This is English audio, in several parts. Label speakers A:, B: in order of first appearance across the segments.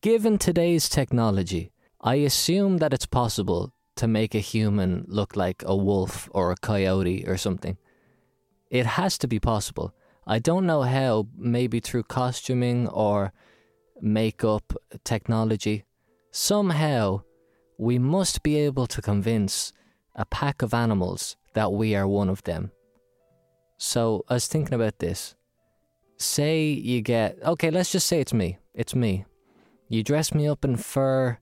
A: Given today's technology, I assume that it's possible to make a human look like a wolf or a coyote or something. It has to be possible. I don't know how, maybe through costuming or makeup technology. Somehow, we must be able to convince a pack of animals that we are one of them. So I was thinking about this. Say you get, okay, let's just say it's me. It's me. You dress me up in fur,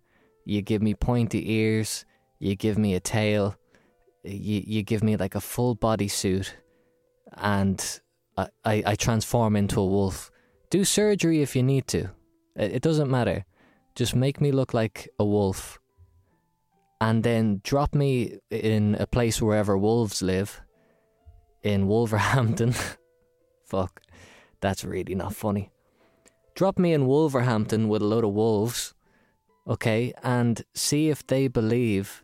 A: you give me pointy ears, you give me a tail, you, you give me like a full body suit, and I, I, I transform into a wolf. Do surgery if you need to. It, it doesn't matter. Just make me look like a wolf and then drop me in a place wherever wolves live in Wolverhampton. Fuck, that's really not funny. Drop me in Wolverhampton with a load of wolves, okay, and see if they believe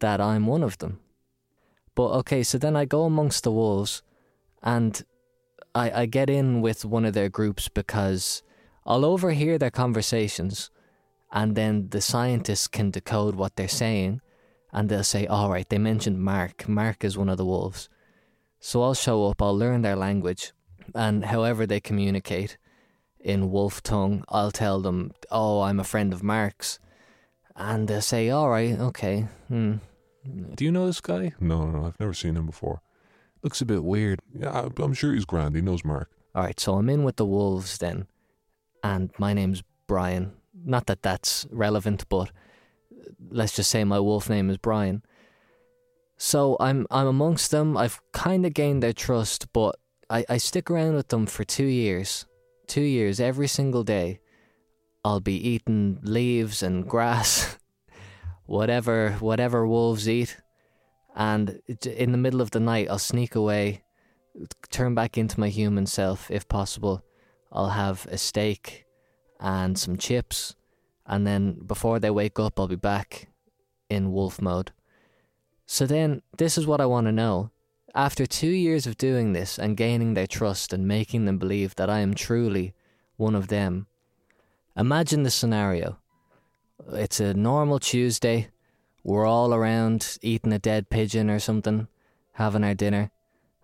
A: that I'm one of them. But okay, so then I go amongst the wolves and I, I get in with one of their groups because I'll overhear their conversations and then the scientists can decode what they're saying and they'll say all right they mentioned mark mark is one of the wolves so i'll show up i'll learn their language and however they communicate in wolf tongue i'll tell them oh i'm a friend of mark's and they'll say all right okay hmm.
B: Do you know this guy? No, no, no. I've never seen him before. Looks a bit weird. Yeah, I- I'm sure he's grand. He knows Mark.
A: all right so i'm in with the wolves then and my name's brian not that that's relevant but let's just say my wolf name is brian so i'm i'm amongst them i've kind of gained their trust but I, I stick around with them for two years two years every single day i'll be eating leaves and grass whatever whatever wolves eat and it- in the middle of the night i'll sneak away turn back into my human self if possible i'll have a steak and some chips, and then before they wake up, I'll be back in wolf mode. So then, this is what I want to know. After two years of doing this and gaining their trust and making them believe that I am truly one of them, imagine the scenario. It's a normal Tuesday. We're all around eating a dead pigeon or something, having our dinner.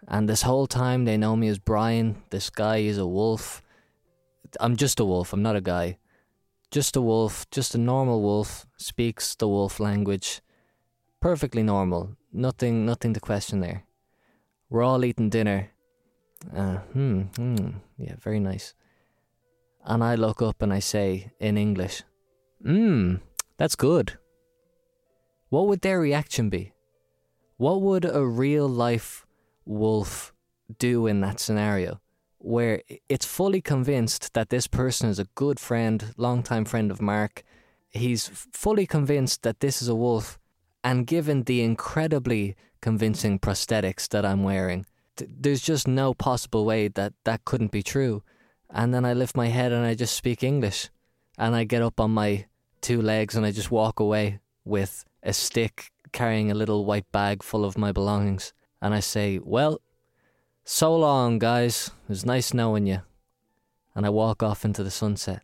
A: And this whole time, they know me as Brian. This guy is a wolf. I'm just a wolf. I'm not a guy. Just a wolf. Just a normal wolf. Speaks the wolf language. Perfectly normal. Nothing. Nothing to question there. We're all eating dinner. Uh, hmm. Hmm. Yeah. Very nice. And I look up and I say in English, "Hmm. That's good." What would their reaction be? What would a real life wolf do in that scenario? where it's fully convinced that this person is a good friend, longtime friend of Mark. He's f- fully convinced that this is a wolf, and given the incredibly convincing prosthetics that I'm wearing, th- there's just no possible way that that couldn't be true. And then I lift my head and I just speak English, and I get up on my two legs and I just walk away with a stick carrying a little white bag full of my belongings, and I say, "Well, so long, guys. It was nice knowing you. And I walk off into the sunset.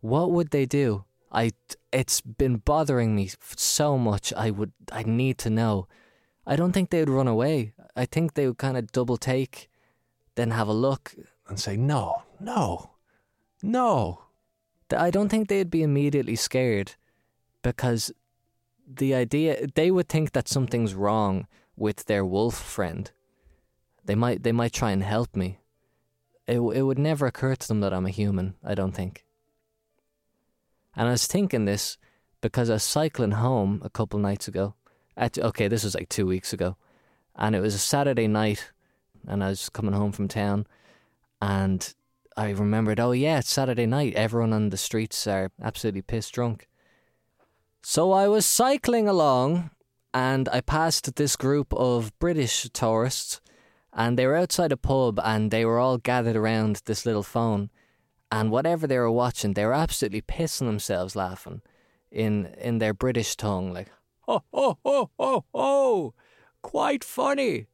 A: What would they do? I it's been bothering me f- so much. I would I need to know. I don't think they would run away. I think they would kind of double take, then have a look.
B: And say, no, no, no.
A: Th- I don't think they'd be immediately scared because the idea they would think that something's wrong with their wolf friend. They might they might try and help me. It w- it would never occur to them that I'm a human. I don't think. And I was thinking this because I was cycling home a couple nights ago. Act- okay, this was like two weeks ago, and it was a Saturday night, and I was coming home from town, and I remembered. Oh yeah, it's Saturday night. Everyone on the streets are absolutely pissed drunk. So I was cycling along, and I passed this group of British tourists, and they were outside a pub and they were all gathered around this little phone and whatever they were watching they were absolutely pissing themselves laughing in in their british tongue like oh oh oh oh oh quite funny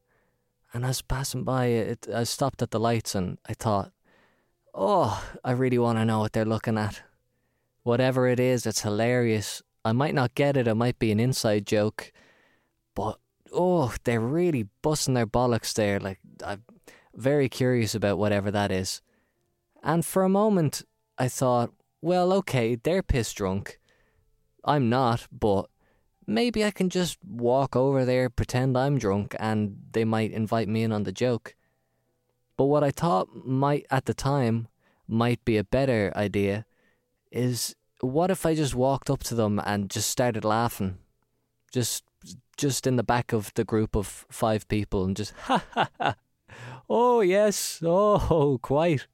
A: and i was passing by it i stopped at the lights and i thought oh i really want to know what they're looking at Whatever it is, it's hilarious. I might not get it, it might be an inside joke, but oh, they're really busting their bollocks there. Like, I'm very curious about whatever that is. And for a moment, I thought, well, okay, they're piss drunk. I'm not, but maybe I can just walk over there, pretend I'm drunk, and they might invite me in on the joke. But what I thought might, at the time, might be a better idea is what if I just walked up to them and just started laughing? Just just in the back of the group of five people and just ha ha ha oh yes oh quite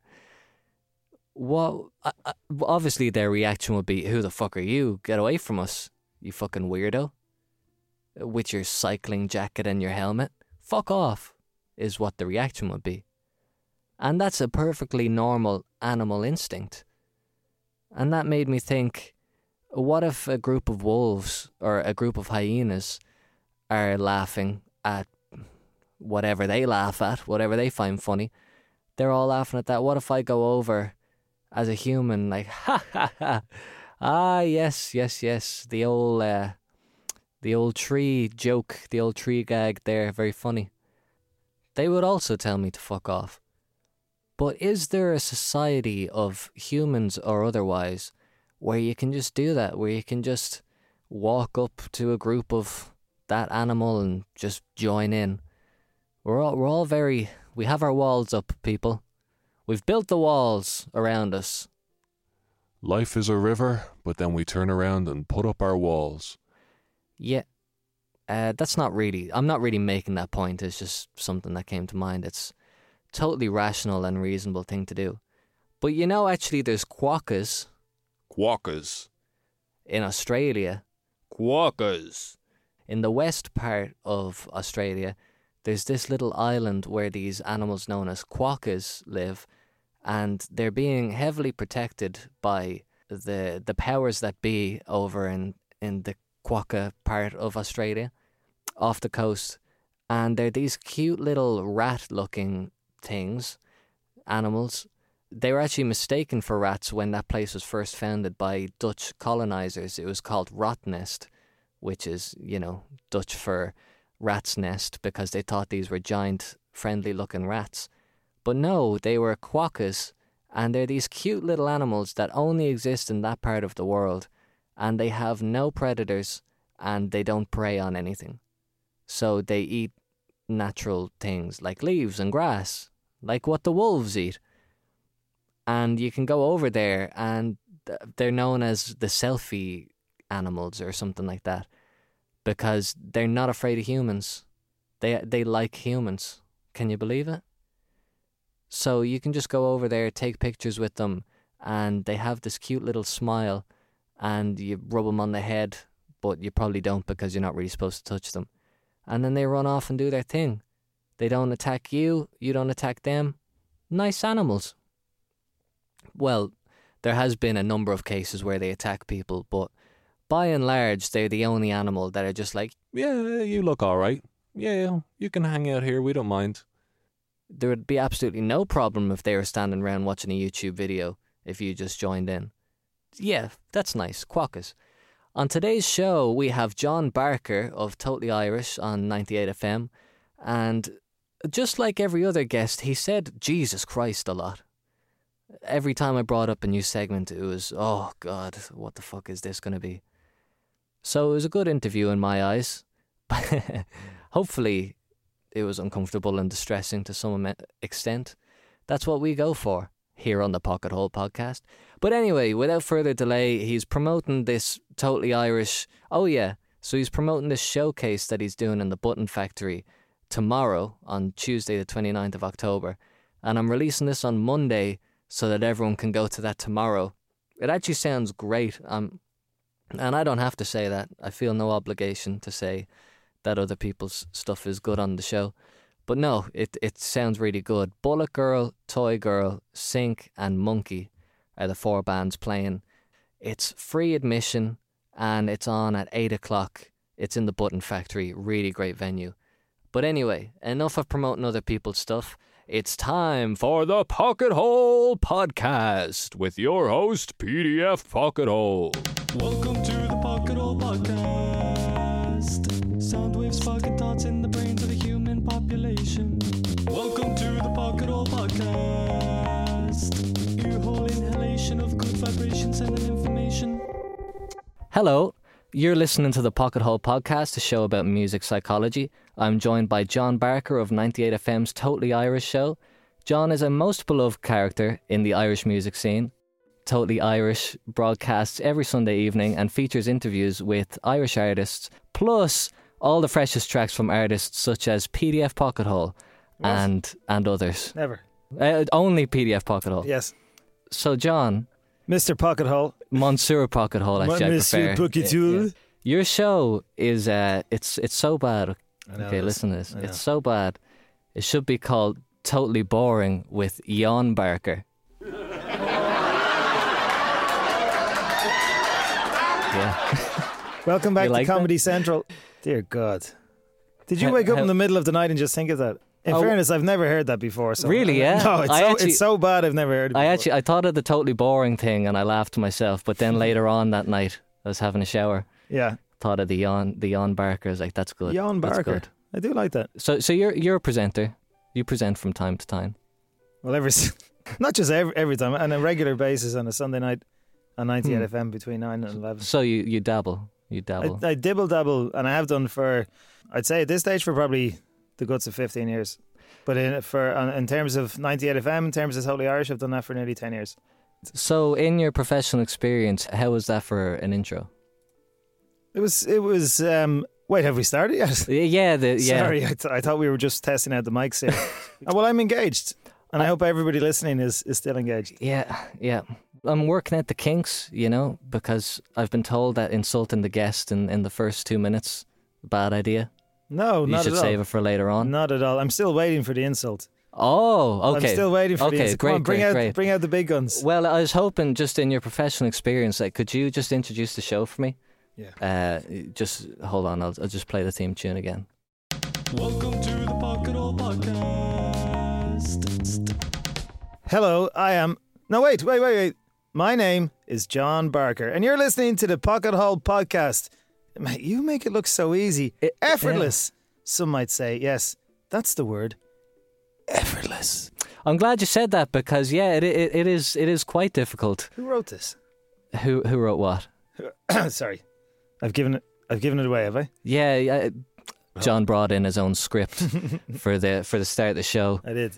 A: what I, I, obviously their reaction would be who the fuck are you get away from us you fucking weirdo with your cycling jacket and your helmet fuck off is what the reaction would be and that's a perfectly normal animal instinct and that made me think what if a group of wolves or a group of hyenas are laughing at whatever they laugh at, whatever they find funny. They're all laughing at that. What if I go over as a human, like, ha ha ha, ah, yes, yes, yes, the old, uh, the old tree joke, the old tree gag there, very funny. They would also tell me to fuck off. But is there a society of humans or otherwise where you can just do that, where you can just walk up to a group of that animal and just join in. We're all, we're all very, we have our walls up, people. We've built the walls around us.
B: Life is a river, but then we turn around and put up our walls.
A: Yeah. Uh, that's not really, I'm not really making that point. It's just something that came to mind. It's totally rational and reasonable thing to do. But you know, actually, there's quokkas
B: Quokkas.
A: in Australia.
B: Quokkas.
A: in the west part of Australia, there's this little island where these animals known as quokkas live, and they're being heavily protected by the the powers that be over in in the quokka part of Australia, off the coast, and they're these cute little rat-looking things, animals. They were actually mistaken for rats when that place was first founded by Dutch colonizers. It was called Rotnest which is, you know, Dutch for rat's nest because they thought these were giant, friendly looking rats. But no, they were quokkas, and they're these cute little animals that only exist in that part of the world, and they have no predators and they don't prey on anything. So they eat natural things like leaves and grass, like what the wolves eat. And you can go over there, and th- they're known as the selfie animals or something like that because they're not afraid of humans. They they like humans. Can you believe it? So you can just go over there, take pictures with them, and they have this cute little smile, and you rub them on the head, but you probably don't because you're not really supposed to touch them. And then they run off and do their thing. They don't attack you, you don't attack them. Nice animals. Well, there has been a number of cases where they attack people, but by and large, they're the only animal that are just like,
B: Yeah, you look all right. Yeah, you can hang out here. We don't mind.
A: there would be absolutely no problem if they were standing around watching a YouTube video if you just joined in. Yeah, that's nice. Quokkas. On today's show, we have John Barker of Totally Irish on 98FM, and just like every other guest, he said Jesus Christ a lot. Every time I brought up a new segment, it was, oh God, what the fuck is this going to be? So it was a good interview in my eyes. Hopefully, it was uncomfortable and distressing to some ame- extent. That's what we go for here on the Pocket Hole podcast. But anyway, without further delay, he's promoting this totally Irish. Oh, yeah. So he's promoting this showcase that he's doing in the Button Factory tomorrow on Tuesday, the 29th of October. And I'm releasing this on Monday so that everyone can go to that tomorrow. It actually sounds great. Um, and I don't have to say that. I feel no obligation to say that other people's stuff is good on the show. But no, it, it sounds really good. Bullet Girl, Toy Girl, Sink, and Monkey are the four bands playing. It's free admission and it's on at 8 o'clock. It's in the Button Factory, really great venue. But anyway, enough of promoting other people's stuff. It's time for the Pocket Hole Podcast with your host, PDF Pocket Hole.
C: Welcome to the Pocket Hole Podcast. Sound waves, pocket thoughts in the brains of the human population. Welcome to the Pocket Hole Podcast. Ear hole inhalation of good vibrations and information.
A: Hello, you're listening to the Pocket Hole Podcast, a show about music psychology. I'm joined by John Barker of 98FM's Totally Irish show. John is a most beloved character in the Irish music scene. Totally Irish broadcasts every Sunday evening and features interviews with Irish artists, plus all the freshest tracks from artists such as PDF Pocket Hole and and others.
D: Never.
A: Uh, only PDF Pocket Hole.
D: Yes.
A: So John,
D: Mr. Pocket Hole.
A: Monsieur Pocket Hole,
D: Ma-
A: actually, I
D: Monsieur
A: prefer.
D: Pocket
A: Yeah,
D: Hole.
A: yeah. Your show is uh, it's it's so bad.
D: I know
A: Okay,
D: it is.
A: listen to this.
D: I know.
A: It's so bad. It should be called Totally Boring with Jan Barker. yeah.
D: Welcome back
A: You like
D: to Comedy Central. Dear God. Did you
A: How-
D: wake up
A: how-
D: in the middle of the night and just think of that? In
A: Oh.
D: fairness, I've never heard that before. So
A: Really, yeah?
D: No, it's,
A: I
D: so,
A: actually-
D: it's so bad I've never heard it
A: I
D: before.
A: actually I thought of the totally boring thing and I laughed to myself, but then later on that night I was having a shower,
D: Yeah.
A: thought of the Jan the Jan Barker. I was like, that's good.
D: Jan
A: that's
D: Barker.
A: good.
D: I do like that.
A: So so you're you're a presenter. You present from time to time.
D: Well, every s- not just every, every time, on a regular basis on a Sunday night on
A: Hmm.
D: 98 FM between 9 and 11.
A: So you, you dabble. You dabble.
D: I, I dibble dabble, and I have done for, I'd say at this stage for probably the guts of fifteen years. But in for on- in terms of ninety eight FM, in terms of Holy Irish, I've done that for nearly ten years.
A: so in your professional experience, how was that for an intro?
D: It was it was. Um, wait, have we started yet?
A: Yeah, yeah, the, yeah.
D: Sorry, I, th- I thought we were just testing out the mics here. Uh, well, I'm engaged, and I hope everybody listening is is still engaged.
A: Yeah, yeah. I'm working at the kinks, you know, because I've been told that insulting the guest in, in the first two minutes, bad idea.
D: No,
A: you
D: Oh, not
A: should
D: at all.
A: save it for later on.
D: Not at all. I'm still waiting for the insult.
A: Oh, okay.
D: I'm still waiting for
A: okay,
D: the insult. Come
A: great,
D: on, bring
A: great,
D: out
A: great.
D: bring out the big guns.
A: Well, I was hoping just in your professional experience, like, could you just introduce the show for me?
D: Yeah.
A: Uh, just hold on, I'll, I'll just play the theme tune again.
C: Welcome to the Pocket Hole Podcast.
D: Hello, I am. No, wait, wait, wait, wait. My name is John Barker, and you're listening to the Pocket Hole Podcast. Mate, you make it look so easy.
A: It-
D: Effortless, some might say. Yes, that's the word. Effortless.
A: I'm glad you said that because yeah, it it, it is it is quite difficult.
D: Who wrote this?
A: Who who wrote what?
D: Sorry, I've given it. I've given it away, have I?
A: Yeah, yeah. John brought in his own script for the for the start of the show.
D: I did.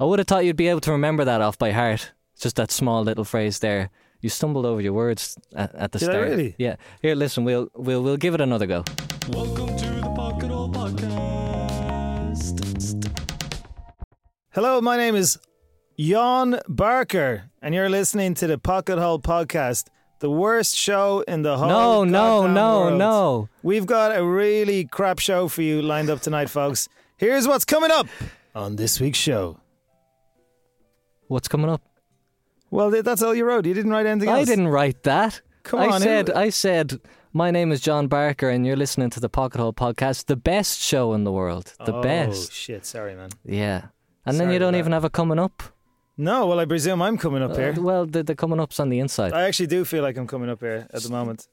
A: I would have thought you'd be able to remember that off by heart. Just that small little phrase there. You stumbled over your words at, at the
D: Did I
A: start.
D: really?
A: Yeah. Here, listen. We'll we'll we'll give it another go.
C: Welcome to the Pocket Hole Podcast.
D: Hello, my name is Jan Barker, and you're listening to the Pocket Hole Podcast, the worst show in the whole.
A: no, no,
D: goddamn
A: no,
D: world.
A: no.
D: We've got a really crap show for you lined up tonight, folks. Here's what's coming up on this week's show.
A: What's coming up?
D: Well, th- that's all you wrote. You didn't write anything
A: I
D: else.
A: didn't write that.
D: Come
A: I
D: on, who-
A: said I said my name is John Barker and you're listening to the Pocket Hole podcast, the best show in the world. The
D: oh,
A: best.
D: shit. Sorry, man.
A: Yeah. And then
D: Sorry
A: you don't
D: about
A: even
D: that.
A: have a coming up.
D: No, well, I presume I'm coming up here. Uh,
A: Uh, well, the, the coming up's on the inside.
D: I actually do feel like I'm coming up here at the moment.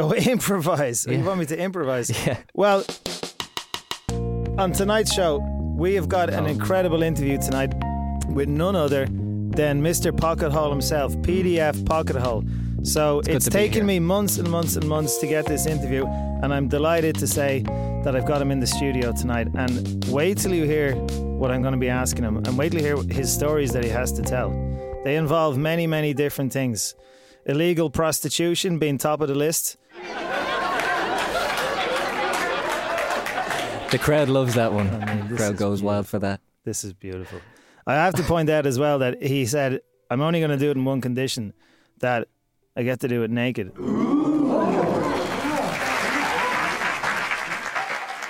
D: Oh, improvise. Oh, You
A: Yeah.
D: want me to improvise?
A: yeah.
D: Well, on tonight's show, we have got
A: Oh.
D: an incredible interview tonight with none other than Mr. Pocket Hole himself, PDF Pocket Hole. So it's,
A: to be here.
D: taken me months and months and months to get this interview, and I'm delighted to say that I've got him in the studio tonight. And wait till you hear what I'm going to be asking him, and wait till you hear his stories that he has to tell. They involve many, many different things illegal prostitution being top of the list.
A: The crowd loves that one. the
D: this
A: crowd
D: is
A: goes wild for that.
D: This is beautiful. I have to point out as well that he said, I'm only going to do it in one condition that I get to do it naked.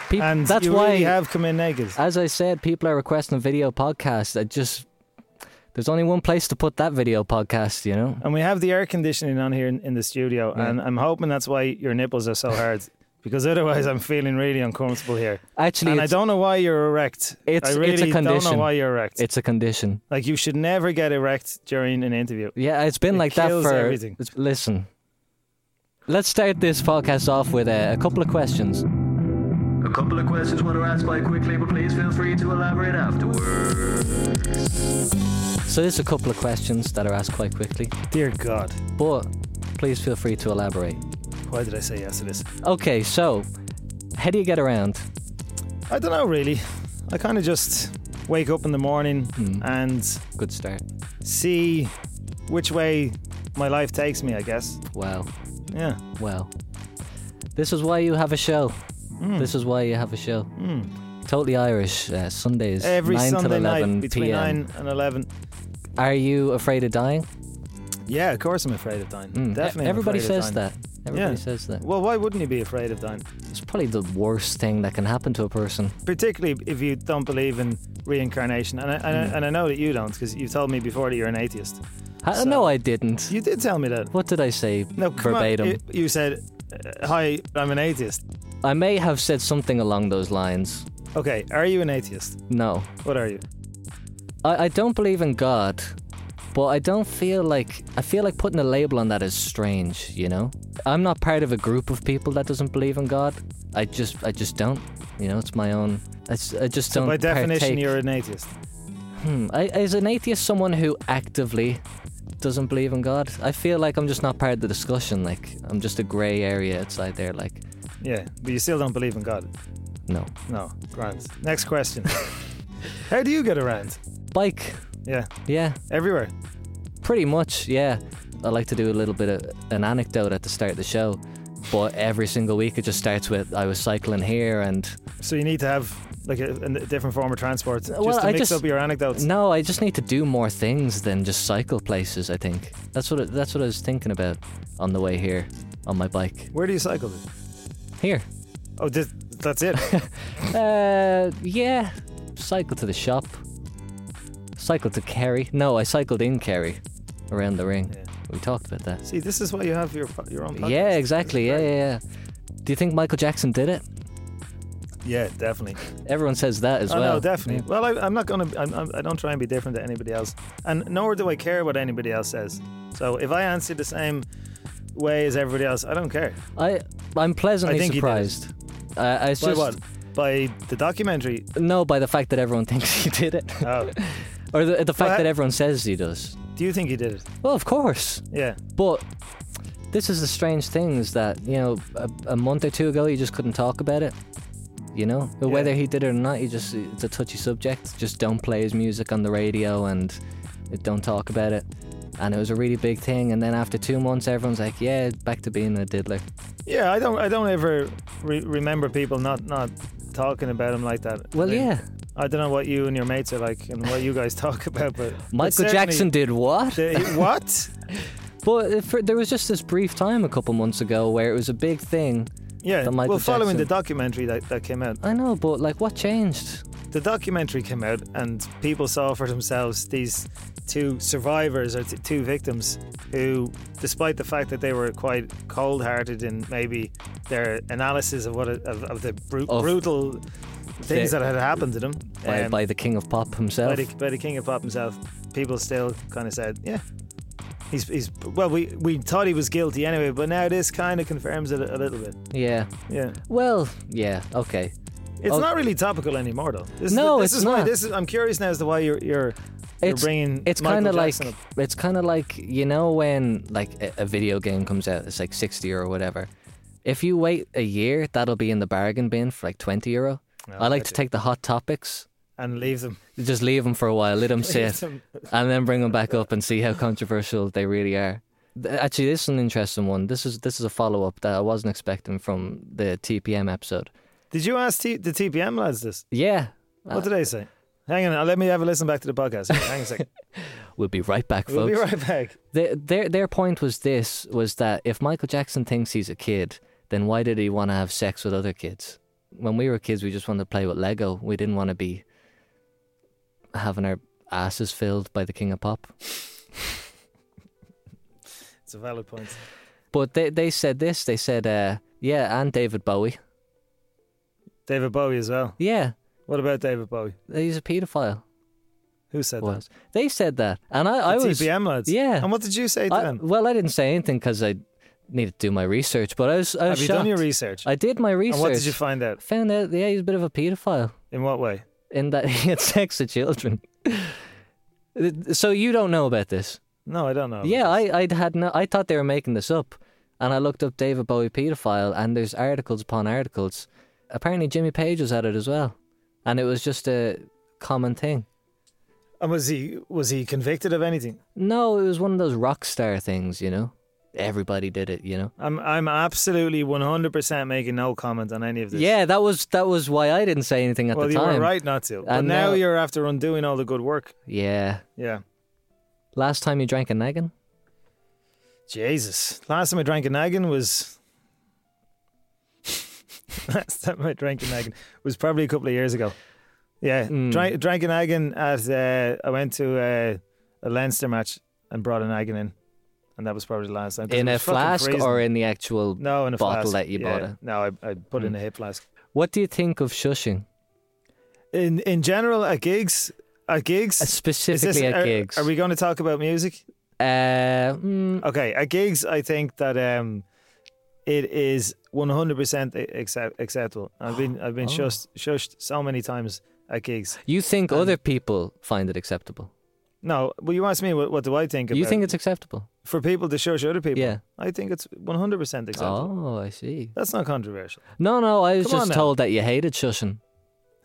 A: People,
D: And
A: that's
D: you
A: why,
D: really have come in naked.
A: as I said, people are requesting video podcasts. That just there's only one place to put that video podcast. You know.
D: And we have the air conditioning on here in, in the studio.
A: Yeah.
D: And I'm hoping that's why your nipples are so hard because otherwise I'm feeling really uncomfortable here.
A: Actually,
D: and I
A: it's,
D: don't know why you're erect.
A: it's,
D: I really
A: it's a condition.
D: don't know why you're erect.
A: It's a condition.
D: like you should never get erect during an interview.
A: Yeah, it's been
D: It
A: like that
D: kills
A: for.
D: everything.
A: it's- Listen, let's start this podcast off with a, a couple of questions.
E: A couple of questions were asked by quickly, but please feel free to elaborate afterwards.
A: So there's a couple of questions that are asked quite quickly,
D: Dear God,
A: but please feel free to elaborate.
D: why did I say yes to this?
A: Okay, so how do you get around?
D: I don't know really. I kind of just wake up in the morning
A: Hmm,
D: and
A: good start.
D: see which way my life takes me. I guess.
A: Well,
D: Yeah.
A: well. This is why you have a show.
D: Mm.
A: This is why you have a show.
D: Mm.
A: Totally Irish uh, Sundays,
D: Every
A: nine till
D: Sunday
A: eleven
D: night between
A: p.m.
D: nine and eleven.
A: Are you afraid of dying?
D: Yeah, of course I'm afraid of dying.
A: Mm, e-
D: Definitely. I'm
A: Everybody
D: afraid of
A: says
D: dying.
A: that. Everybody
D: Yeah.
A: says that.
D: Well, why wouldn't you be afraid of dying?
A: It's probably the worst thing that can happen to a person.
D: Particularly if you don't believe in reincarnation, and I, and,
A: Mm.
D: I, and I know that you don't because you've told me before that you're an atheist.
A: Ha-
D: So-
A: no, I didn't.
D: You did tell me that.
A: What did I say?
D: No, come on.
A: Verbatim.
D: You, you said, uh, "Hi, I'm an atheist."
A: I may have said something along those lines.
D: Okay, are you an atheist?
A: No.
D: What are you?
A: I, I don't believe in God, but I don't feel like I feel like putting a label on that is strange, you know? I'm not part of a group of people that doesn't believe in God. I just I just don't. You know, it's my own it's, I just
D: So
A: don't
D: by definition,
A: partake.
D: you're an atheist.
A: Hmm. I, is an atheist someone who actively doesn't believe in God? I feel like I'm just not part of the discussion. Like I'm just a grey area outside there. Like
D: Yeah, but you still don't believe in God.
A: no
D: No, grand. Next question. How do you get around?
A: bike.
D: Yeah,
A: Yeah,
D: everywhere.
A: pretty much. Yeah, I like to do a little bit of an anecdote at the start of the show, but every single week it just starts with I was cycling here and
D: So you need to have like a, a different form of transport just
A: Well,
D: to
A: I
D: mix
A: just-
D: up your anecdotes.
A: no, I just need to do more things than just cycle places. I think that's what that's what I was thinking about on the way here on my bike
D: Where do you cycle? To?
A: here.
D: Oh, th- that's it.
A: Uh, yeah. Cycle to the shop. Cycle to Kerry. No, I cycled in Kerry, around the ring.
D: Yeah.
A: We talked about that.
D: See, this is why you have your po- your own. Podcast.
A: Yeah, exactly. Yeah,
D: That's
A: yeah,
D: great.
A: yeah. Do you think Michael Jackson did it?
D: yeah, definitely.
A: Everyone says that as
D: oh
A: well.
D: no, definitely. Well, I, I'm not gonna. I'm, I'm, I don't try and be different to anybody else, and nor do I care what anybody else says. So if I answer the same way as everybody else, I don't care.
A: I I'm pleasantly
D: I think he did it.
A: surprised. Uh, it's
D: By
A: just
D: what? By the documentary.
A: no by the fact that everyone thinks he did it,
D: Oh,
A: or the, the fact
D: Well, I-
A: that everyone says he does.
D: do you think he did it?
A: Well, of course.
D: Yeah.
A: But this is the strange thing is that, you know, a, a month or two ago, you just couldn't talk about it. You know, But
D: Yeah.
A: whether he did it or not, you just, it's a touchy subject. Just don't play his music on the radio and don't talk about it. And it was a really big thing. And then after two months, everyone's like, yeah, back to being a diddler.
D: Yeah, I don't. I don't ever re- remember people not not talking about him like that.
A: Well,
D: I mean,
A: yeah.
D: I don't know what you and your mates are like and what you guys talk about, but but
A: Michael
D: certainly
A: Jackson did what?
D: the- what?
A: but if, there was just this brief time a couple months ago where it was a big thing.
D: Yeah.
A: The Michael
D: Well, following the
A: Jackson.
D: documentary that, that came out,
A: I know, but like, what changed?
D: the documentary came out and people saw for themselves these two survivors or t- two victims who, despite the fact that they were quite cold-hearted in maybe their analysis of what a, of, of the bru-
A: Of
D: brutal things
A: the-
D: that had happened to them
A: By,
D: um,
A: by the king of pop
D: by
A: himself.
D: the, by the king of pop himself, people still kind of said, yeah. He's, he's well. We, we thought he was guilty anyway, but now this kind of confirms it a, a little bit.
A: yeah.
D: Yeah,
A: Well, yeah, okay.
D: it's
A: Oh.
D: not really topical anymore, though. This
A: No,
D: is, this
A: it's
D: is Why,
A: not.
D: this is, I'm curious now as to why you're you're, you're
A: It's
D: bringing.
A: it's
D: Michael
A: kind of like
D: Jackson up.
A: it's kind of like you know when like a, a video game comes out, it's like sixty euro or whatever. If you wait a year, that'll be in the bargain bin for like twenty euro.
D: No,
A: I like to
D: do.
A: take the hot topics,
D: and leave them.
A: just leave them for a while, let them
D: Leave
A: sit,
D: them.
A: and then bring them back up and see how controversial they really are. Th- Actually, this is an interesting one. This is this is a follow up that I wasn't expecting from the TPM episode.
D: Did you ask T- the TPM lads this?
A: Yeah,
D: What did they say? Hang on, I'll let me have a listen back to the podcast. Hang on a second.
A: we'll be right back,
D: we'll
A: folks.
D: be right back.
A: Their, their their point was this was that if Michael Jackson thinks he's a kid, then why did he want to have sex with other kids? When we were kids, we just wanted to play with Lego. We didn't want to be having our asses filled by the King of Pop.
D: It's a valid point.
A: But they they said this. They said uh, Yeah, and David Bowie.
D: David Bowie as well.
A: Yeah,
D: What about David Bowie?
A: he's a paedophile.
D: Who said that?
A: Was they said that, and I, I
D: The
A: was
D: TPM lads.
A: yeah.
D: And what did you say to
A: I-
D: them?
A: well, I didn't say anything because I needed to do my research, but I was I was
D: Have you done
A: shocked.
D: your research?
A: I did my research.
D: And what did you find out?
A: Found out, yeah, he's a bit of a paedophile
D: In what way?
A: in that he had sex with children. so you don't know about this?
D: No, I don't know.
A: yeah, I I'd had no. I thought they were making this up, and I looked up David Bowie paedophile, and there's articles upon articles. Apparently, Jimmy Page was at it as well, and it was just a common thing.
D: And was he was he convicted of anything?
A: No, it was one of those rock star things, you know. Everybody did it, you know.
D: I'm I'm absolutely 100% making no comment on any of this.
A: Yeah, that was that was why I didn't say anything at
D: well,
A: the
D: you
A: time.
D: were right not to. But
A: And
D: now,
A: now-
D: you're after undoing all the good work.
A: Yeah.
D: Yeah.
A: Last time you drank a naggin?
D: Jesus. Last time I drank a naggin was. Last time I drank a naggin was probably a couple of years ago. Yeah.
A: Mm.
D: Drank, drank a naggin at. Uh, I went to uh, a Leinster match and brought a naggin in. And that was probably the last time. 'cause
A: In
D: it
A: a
D: was fucking
A: flask
D: freezing.
A: or in the actual.
D: No, in a
A: bottle
D: flask.
A: that you
D: yeah.
A: bought it? Hmm.
D: No, I, I put it in a hip flask.
A: What do you think of shushing?
D: In in general, at gigs, at gigs,
A: Uh,
D: is this-
A: Specifically at
D: are,
A: gigs.
D: Are we going to talk about music?
A: Uh, mm,
D: Okay, at gigs, I think that um, it is one hundred percent accept, acceptable. I've been I've been
A: Oh.
D: shushed shushed so many times at gigs.
A: you think
D: Um,
A: other people find it acceptable?
D: No, well, you asked me what, what do I think about
A: You think it's acceptable?
D: for people to shush other people?
A: Yeah.
D: I think it's one hundred percent acceptable.
A: Oh, I see.
D: That's not controversial.
A: No, no, I was
D: Come on
A: just
D: now. Uh,
A: told that you hated shushing.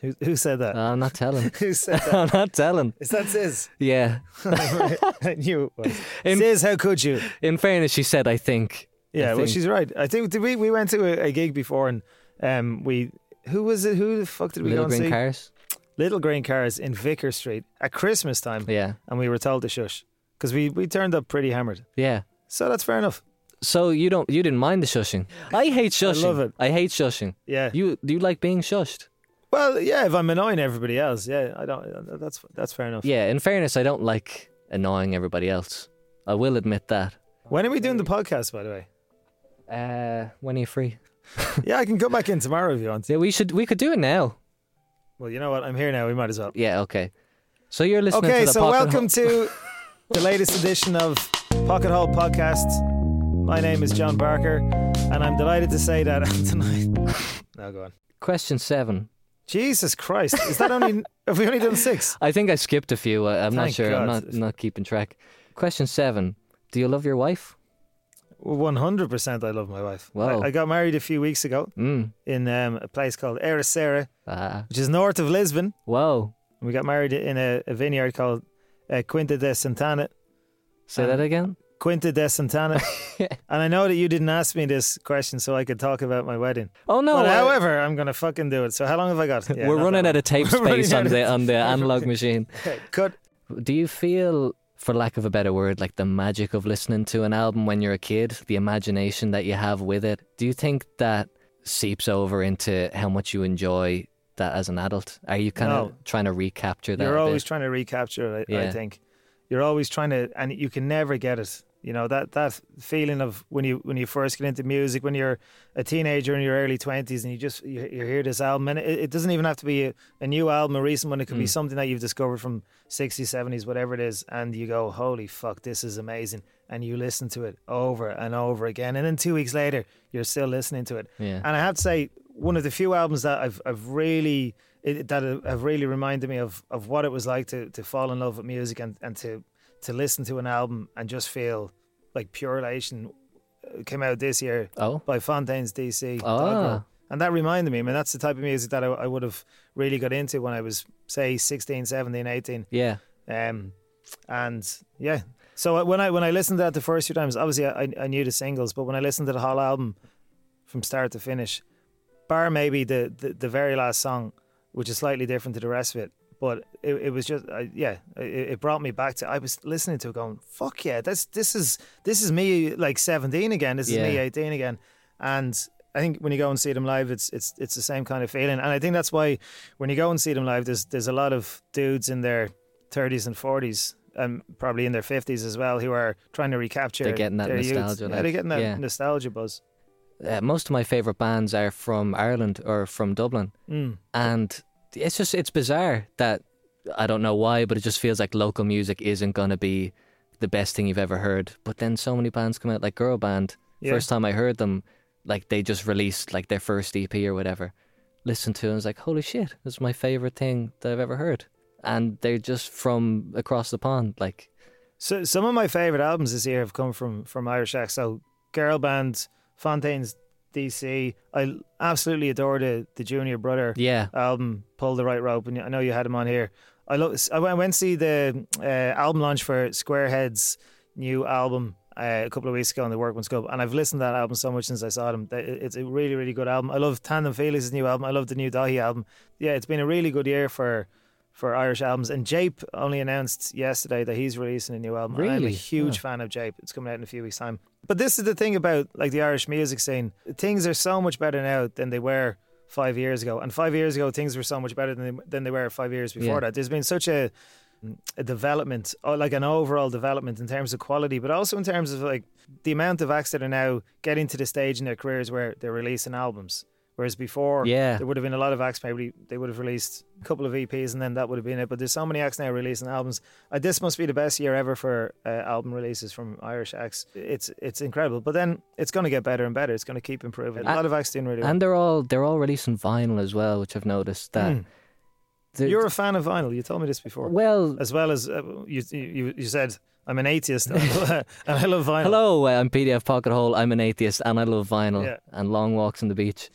D: Who who said that?
A: I'm not telling.
D: who said that?
A: I'm not telling.
D: Is that Sis?
A: Yeah.
D: I knew it was.
A: In-
D: Sis, how could you?
A: In fairness, she said, I think.
D: Yeah, well,
A: think.
D: she's right. I think did we we went to a, a gig before and um we who was it? Who the fuck did we
A: Little
D: go and
A: green
D: see?
A: cars?
D: Little Green Cars in Vicker Street at Christmas time,
A: Yeah.
D: and we were told to shush because we we turned up pretty hammered.
A: Yeah.
D: So that's fair enough.
A: So you don't you didn't mind the shushing. I hate shushing.
D: love it.
A: I hate shushing.
D: Yeah.
A: You do you like being shushed?
D: well, yeah. If I'm annoying everybody else, yeah, I don't. That's that's fair enough.
A: Yeah, in fairness, I don't like annoying everybody else. I will admit that.
D: When are we doing the podcast, by the way?
A: Uh, when are you free?
D: yeah, I can go back in tomorrow if you want.
A: Yeah, we should we could do it now.
D: Well, you know what? I'm here now. We might as well.
A: Yeah, okay. So you're listening
D: Okay,
A: to the
D: so
A: Pocket
D: welcome
A: Ho-
D: to the latest edition of Pocket Hole Podcast. My name is John Barker, and I'm delighted to say that tonight. Now go on.
A: question seven.
D: Jesus Christ! Is that only? have we only done six?
A: I think I skipped a few. I, I'm not
D: Thank
A: sure. I'm
D: God.
A: not not keeping track. Question seven. Do you love your wife?
D: One hundred percent. I love my wife.
A: Wow.
D: I, I got married a few weeks ago
A: Mm.
D: in um, a place called Ericeira,
A: Ah.
D: which is north of Lisbon.
A: Whoa.
D: And we got married in a, a vineyard called uh, Quinta de Santana.
A: Say
D: Um,
A: that again.
D: Quinta de Santana. and I know that you didn't ask me this question, so I could talk about my wedding.
A: Oh no.
D: but
A: I-
D: however, I'm gonna fucking do it. So how long have I got? Yeah,
A: we're
D: not
A: running
D: that
A: out of tape
D: We're running
A: space
D: out
A: on
D: of
A: the on the analog machine.
D: long. Cut.
A: Do you feel, for lack of a better word, like the magic of listening to an album when you're a kid, the imagination that you have with it? Do you think that seeps over into how much you enjoy that as an adult? Are you kind
D: No.
A: of trying to recapture that?
D: You're
A: a bit?
D: always trying to recapture it. I- I
A: Yeah.
D: think you're always trying to, and you can never get it. You know that that feeling of when you when you first get into music, when you're a teenager in your early twenties, and you just you, you hear this album, and it, it doesn't even have to be a, a new album, a recent one. It could
A: Mm.
D: be something that you've discovered from 60s, 70s, whatever it is, and you go, "Holy fuck, this is amazing!" And you listen to it over and over again, and then two weeks later, you're still listening to it.
A: Yeah.
D: And I have to say, one of the few albums that I've I've really it, that have really reminded me of of what it was like to to fall in love with music and and to to listen to an album and just feel like pure elation uh, came out this year
A: Oh,
D: by Fontaines DC.
A: Ah.
D: Doggerel. And that reminded me, I mean, that's the type of music that I, I would have really got into when I was, say, 16, 17, 18.
A: yeah.
D: Um, and yeah, so I- when I when I listened to that the first few times, obviously I, I knew the singles, but when I listened to the whole album from start to finish, bar maybe the the, the very last song, which is slightly different to the rest of it, but it, it was just I, yeah, it, it brought me back to I was listening to it going fuck yeah, this this is this is me like seventeen again, this is me
A: Yeah.
D: eighteen again, and. I think when you go and see them live, it's it's it's the same kind of feeling, and I think that's why when you go and see them live, there's there's a lot of dudes in there 30s and 40s and probably in their 50s as well who are trying to recapture
A: They're getting that
D: their youth.
A: nostalgia,
D: Yeah,
A: like,
D: they're getting that
A: yeah.
D: nostalgia buzz.
A: Uh, most of my favorite bands are from Ireland or from Dublin,
D: Mm.
A: and it's just it's bizarre that I don't know why, but it just feels like local music isn't gonna be the best thing you've ever heard. But then so many bands come out, like Girl Band.
D: Yeah.
A: First time I heard them, like they just released like their first EP or whatever. Listened to it and was like, holy shit, this is my favorite thing that I've ever heard. And they're just from across the pond, like
D: So some of my favorite albums this year have come from from Irish acts. So girl band Fontaine's DC. I absolutely adore the the Junior Brother
A: yeah,
D: album Pull the Right Rope, and I know you had him on here. I love. I went- I went to see the uh, album launch for Squarehead's new album. Uh, a couple of weeks ago on the Workman's Club, and I've listened to that album so much since I saw them. They- It's a really, really good album. I love Tandem Felix's new album. I love the new Dahi album. Yeah, it's been a really good year for for Irish albums. And Jape only announced yesterday that he's releasing a new album. And I'm a
A: Really?
D: huge
A: Yeah.
D: fan of Jape. It's coming out in a few weeks' time. But this is the thing about like the Irish music scene. Things are so much better now than they were five years ago. And five years ago, things were so much better than they, than they were five years before
A: Yeah.
D: that. There's been such a, a development, or like an overall development in terms of quality, but also in terms of like the amount of acts that are now getting to the stage in their careers where they're releasing albums. Whereas before,
A: Yeah.
D: there would have been a lot of acts. Maybe they would have released a couple of EPs, and then that would have been it. But there's so many acts now releasing albums. Uh, this must be the best year ever for uh, album releases from Irish acts. It's it's incredible. But then it's going to get better and better. It's going to keep improving. A
A: And-
D: lot of acts doing really well.
A: and they're all they're all releasing vinyl as well, which I've noticed that.
D: Mm.
A: they're-
D: You're a fan of vinyl. You told me this before,
A: well,
D: as well as uh, you, you you said I'm an atheist and I love vinyl.
A: Hello, uh, I'm PDF Pocket Hole. I'm an atheist and I love vinyl
D: Yeah.
A: and long walks on the beach.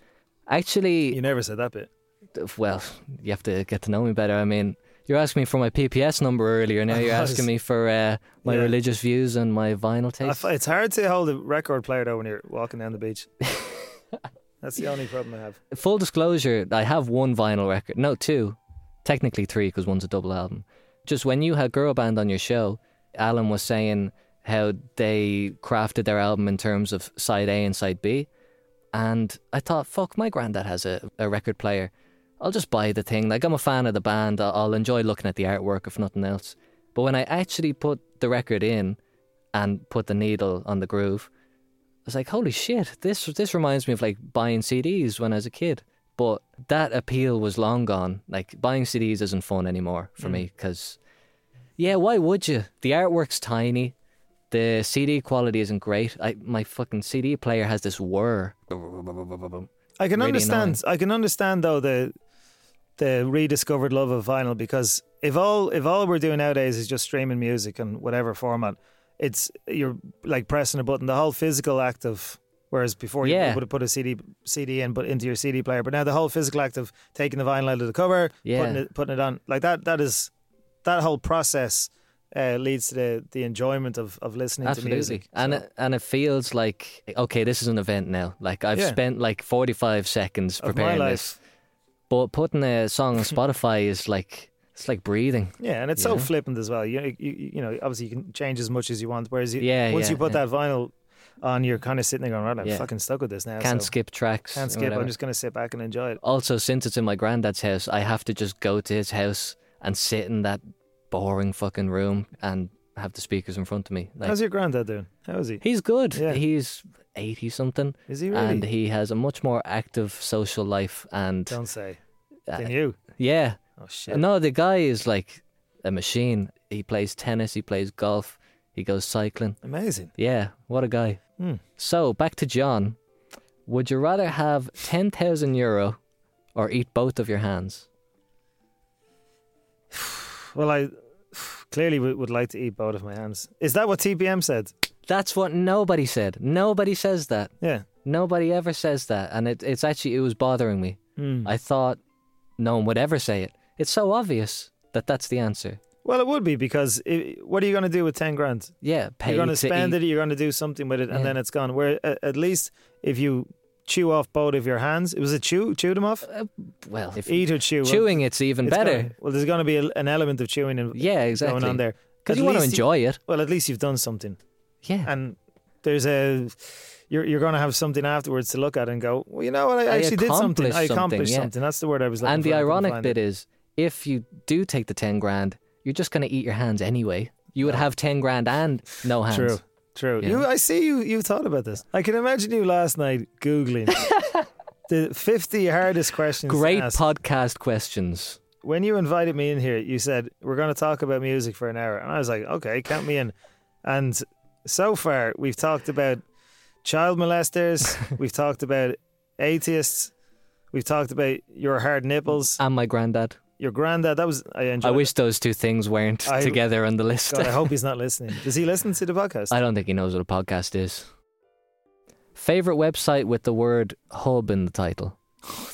A: Actually,
D: You never said that bit.
A: well, you have to get to know me better. I mean, you're asking me for my PPS number earlier. Now
D: I
A: you're
D: was.
A: asking me for uh, my
D: Yeah.
A: religious views and my vinyl
D: I
A: taste.
D: fi- it's hard to hold a record player though when you're walking down the beach. That's the only problem I have.
A: Full disclosure, I have one vinyl record. No, two. Technically three because one's a double album. Just when you had Girl Band on your show, Alan was saying how they crafted their album in terms of side A and side B. And I thought, fuck, my granddad has a, a record player. I'll just buy the thing. Like, I'm a fan of the band. I- I'll enjoy looking at the artwork, if nothing else. But when I actually put the record in and put the needle on the groove, I was like, holy shit, this this reminds me of like buying CDs when I was a kid. But that appeal was long gone. Like buying CDs isn't fun anymore for me
D: Mm.
A: 'cause me because, yeah, why would you? The artwork's tiny. The CD quality isn't great. I my fucking CD player has this whir.
D: I can
A: Really
D: understand. I can understand though the the rediscovered love of vinyl because if all if all we're doing nowadays is just streaming music in whatever format, it's you're like pressing a button. The whole physical act of whereas before you
A: Yeah.
D: would have put a CD CD in, but into your CD player. But now the whole physical act of taking the vinyl out of the cover,
A: Yeah.
D: putting it putting it on like that. That is that whole process uh, leads to the the enjoyment of of listening to
A: Absolutely,
D: music.
A: and
D: So-
A: it, and it feels like okay, this is an event now. Like I've
D: Yeah.
A: spent like forty five seconds
D: of my
A: preparing this,
D: life.
A: but putting a song on Spotify is like it's like breathing.
D: Yeah, and it's so
A: Yeah.
D: flippant as well. You, you you know, obviously you can change as much as you want. Whereas you,
A: Yeah,
D: once
A: yeah,
D: you put
A: yeah.
D: that vinyl on, you're kind of sitting there going, "Right, I'm
A: Yeah.
D: fucking stuck with this now."
A: Can't
D: so
A: skip tracks.
D: Can't
A: and
D: skip.
A: whatever.
D: I'm just going to sit back and enjoy it.
A: Also, since it's in my granddad's house, I have to just go to his house and sit in that boring fucking room and have the speakers in front of me. Like,
D: How's your granddad doing? How is he?
A: he's good.
D: Yeah.
A: He's eighty something,
D: Is he really?
A: and he has a much more active social life. And
D: Don't say.
A: Uh,
D: Then you.
A: yeah,
D: Oh shit.
A: no, the guy is like a machine. He plays tennis. He plays golf. He goes cycling.
D: Amazing.
A: Yeah, what a guy.
D: Hmm.
A: So back to John. Would you rather have ten thousand euro or eat both of your hands?
D: Well, I clearly would, would like to eat both of my hands. Is that what TPM said?
A: That's what nobody said. Nobody says that.
D: Yeah.
A: Nobody ever says that, and it, it's actually it was bothering me.
D: Hmm.
A: I thought no one would ever say it. It's so obvious that that's the answer.
D: Well, it would be because i what are you going to do with ten grand?
A: Yeah, pay
D: you're going to
A: to
D: spend
A: eat.
D: it, you're going to do something with it,
A: e
D: and
A: Yeah.
D: then it's gone. Where a- at least if you chew off both of your hands, it was a chew, chew them off,
A: Well, if
D: eat or chew.
A: Uh, chewing, it's even
D: It's
A: better.
D: gonna- well, there's going to be a, an element of chewing in,
A: yeah, exactly.
D: going on there
A: because
D: At
A: you want to
D: least
A: enjoy it.
D: well, at least you've done something,
A: Yeah,
D: and there's a you're you're going to have something afterwards to look at and go, well, you know what, I,
A: I
D: actually did something.
A: accomplished
D: I
A: something,
D: accomplished
A: yeah.
D: something. That's the word I was looking
A: and
D: for.
A: the
D: I couldn't
A: ironic
D: find
A: bit
D: it.
A: is, if you do take the ten grand, you're just going to eat your hands anyway. You would have ten grand and no hands.
D: True. True.
A: Yeah.
D: You, I see you. You thought about this. I can imagine you last night googling the fifty hardest questions. to
A: Great
D: ask.
A: podcast questions.
D: when you invited me in here, you said we're going to talk about music for an hour, and I was like, okay, count me in. And so far, we've talked about child molesters, we've talked about atheists, we've talked about your hard nipples,
A: And my granddad.
D: your granddad. That was I enjoyed.
A: I
D: that.
A: wish those two things weren't
D: I-
A: together on the list.
D: God, I hope he's not listening. Does he listen to the podcast?
A: I don't think he knows what a podcast is. Favorite website with the word hub in the title.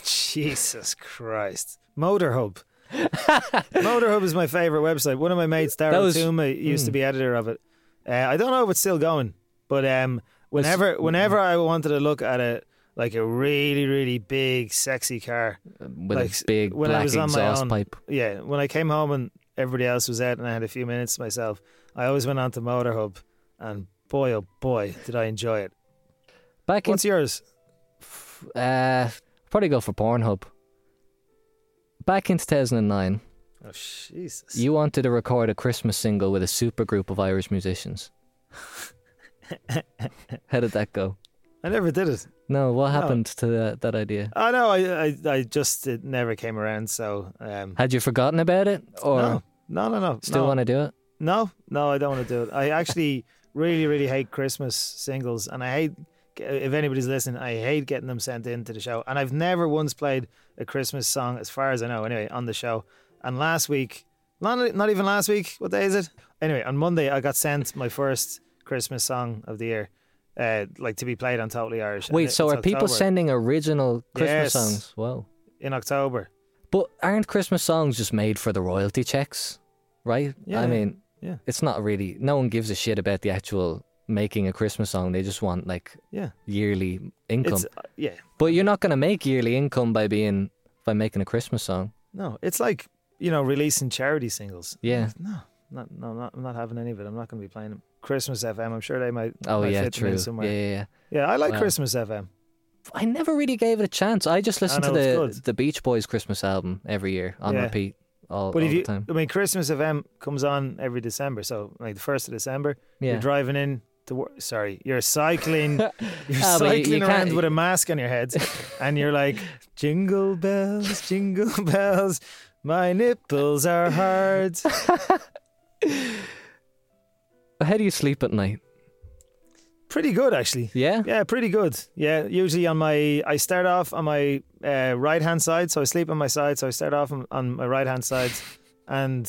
D: Jesus Christ. Motorhub. Motorhub is my favorite website. One of my mates,
A: That
D: Daryl
A: was- hmm.
D: Toomey, used to be editor of it. Uh, I don't know if it's still going, but um, whenever whenever
A: mm.
D: I wanted to look at a like a really really big sexy car,
A: With
D: Like,
A: a big
D: when I
A: black
D: was on my
A: exhaust
D: own-
A: pipe.
D: yeah, when I came home and everybody else was out and I had a few minutes to myself, I always went on to Motorhub, and boy oh boy did I enjoy it.
A: Back in
D: What's yours?
A: Uh, probably go for Pornhub. Back in 2009,
D: Oh Jesus!
A: you wanted to record a Christmas single with a supergroup of Irish musicians. How did that go?
D: I never did it.
A: No, what happened to that, that idea?
D: Oh no, I I, I just it never came around. So um,
A: Had you forgotten about it, or
D: No, no, no, no.
A: still
D: no.
A: want to do it?
D: No, no, I don't want to do it. I actually really, really hate Christmas singles, and I hate. If anybody's listening, I hate getting them sent into the show, and I've never once played a Christmas song, as far as I know, anyway, on the show. And last week, not, not even last week. What day is it? Anyway, on Monday, I got sent my first Christmas song of the year, uh, like to be played on Totally Irish. and
A: Wait,
D: it-
A: so
D: it's
A: are people
D: October,
A: sending original Christmas
D: Yes.
A: songs? Wow.
D: in October?
A: But aren't Christmas songs just made for the royalty checks, right?
D: Yeah,
A: I
D: yeah,
A: mean,
D: yeah.
A: it's not really. No one gives a shit about the actual making a Christmas song. They just want like
D: Yeah,
A: yearly income.
D: it's uh, yeah.
A: But you're not going to make yearly income by being by making a Christmas song.
D: No, it's like you know releasing charity singles.
A: Yeah.
D: No, not no, I'm not, I'm not having any of it. I'm not going to be playing them. Christmas FM. I'm sure they might.
A: Oh
D: might
A: yeah,
D: fit them
A: true.
D: in
A: Yeah,
D: somewhere.
A: yeah, yeah.
D: Yeah, I like
A: Wow.
D: Christmas FM.
A: I never really gave it a chance. I just listen
D: I
A: to
D: know, it's
A: the
D: good.
A: the Beach Boys Christmas album every year on
D: Yeah.
A: repeat all,
D: But
A: all
D: if
A: the
D: you,
A: time.
D: I mean, Christmas FM comes on every December. So like the first of December,
A: Yeah.
D: you're driving in. To wor- sorry, you're cycling. You're
A: Ah, but you- you
D: cycling
A: can't-
D: around with a mask on your head, and you're like, "Jingle bells, jingle bells, my nipples are hard."
A: How do you sleep at night?
D: Pretty good, actually.
A: Yeah.
D: Yeah, pretty good. Yeah, usually on my I start off on my uh, right hand side, so I sleep on my side. So I start off on, on my right hand side, and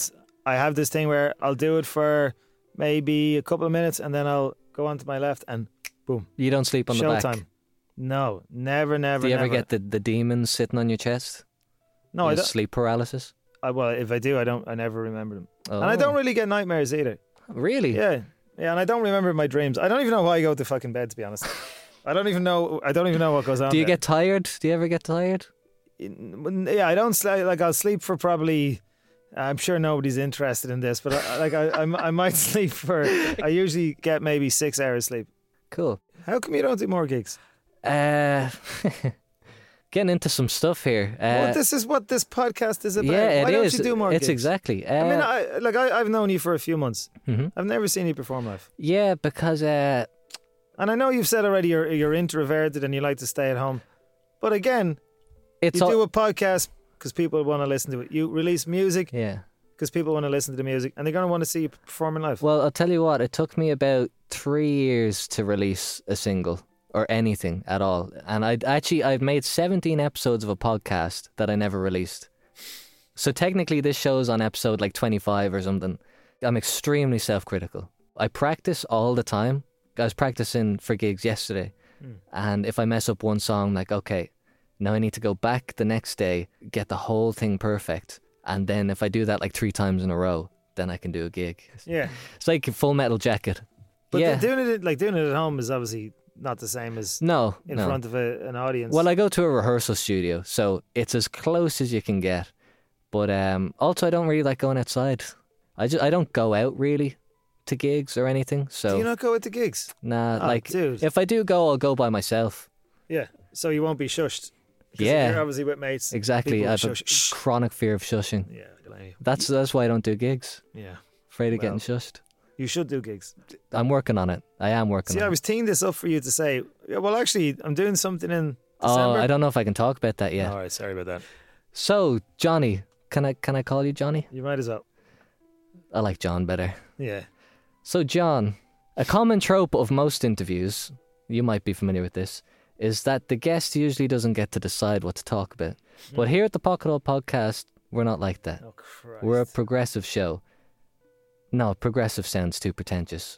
D: I have this thing where I'll do it for maybe a couple of minutes, and then I'll go on to my left and
A: You don't sleep on the back.
D: showtime. No, never, never.
A: Do you ever
D: never.
A: get the, the demons sitting on your chest?
D: no? I
A: Your
D: don't.
A: sleep paralysis.
D: I, well, if I do, I don't. I never remember them,
A: Oh.
D: and I don't really get nightmares either.
A: really.
D: Yeah, yeah, and I don't remember my dreams. I don't even know why I go to fucking bed. To be honest, I don't even know. I don't even know what goes on.
A: Do you
D: there.
A: get tired? Do you ever get tired?
D: in- yeah, I don't sleep. Like I'll sleep for probably. I'm sure nobody's interested in this, but I, like I, I'm- I, might sleep for. I usually get maybe six hours sleep.
A: Cool.
D: How come you don't do more gigs?
A: Uh, getting into some stuff here. Uh,
D: well, this is what this podcast is about.
A: yeah, it
D: Why don't
A: is.
D: you do more
A: it's
D: gigs?
A: exactly. Uh,
D: I mean, I, like I, I've known you for a few months.
A: mhm.
D: I've never seen you perform live,
A: Yeah, because uh,
D: and I know you've said already you're you're introverted and you like to stay at home. But again,
A: it's
D: you
A: all,
D: do a podcast because people want to listen to it. You release music
A: yeah.
D: because people want to listen to the music, and they're going to want to see you performing live.
A: Well, I'll tell you what. It took me about three years to release a single or anything at all, and I actually I've made seventeen episodes of a podcast that I never released. So technically, this show's on episode like twenty-five or something. I'm extremely self-critical. I practice all the time. I was practicing for gigs yesterday, and if I mess up one song, I'm like okay, now I need to go back the next day, get the whole thing perfect, and then if I do that like three times in a row, then I can do a gig.
D: yeah.
A: It's like a full metal jacket.
D: But
A: yeah.
D: doing it like doing it at home is obviously not the same as
A: no,
D: in
A: no.
D: front of a, an audience.
A: Well, I go to a rehearsal studio, so it's as close as you can get. But um, also, I don't really like going outside. I just I don't go out really to gigs or anything.
D: do
A: So
D: you not go at the gigs?
A: nah,
D: Oh,
A: like
D: dude.
A: if I do go, I'll go by myself.
D: Yeah, so you won't be shushed. 'Cause if
A: Yeah.
D: you're obviously with mates.
A: Exactly.
D: people
A: I
D: will
A: have a
D: shush.
A: chronic fear of shushing.
D: Yeah, I blame you.
A: That's that's why I don't do gigs.
D: yeah.
A: Afraid of
D: Well.
A: getting shushed.
D: You should do gigs.
A: I'm working on it. I am working
D: See,
A: on
D: I
A: it.
D: was teeing this up for you to say, yeah, well, actually, I'm doing something in
A: Oh,
D: December.
A: I don't know if I can talk about that yet.
D: All right, sorry about that.
A: So, Johnny, can I can I call you Johnny?
D: You might as well.
A: I like John better.
D: Yeah.
A: So, John, a common trope of most interviews, you might be familiar with this, is that the guest usually doesn't get to decide what to talk about.
D: Hmm.
A: But here at the Pocket Hole Podcast, we're not like that.
D: Oh, Christ.
A: We're a progressive show. No, progressive sounds too pretentious.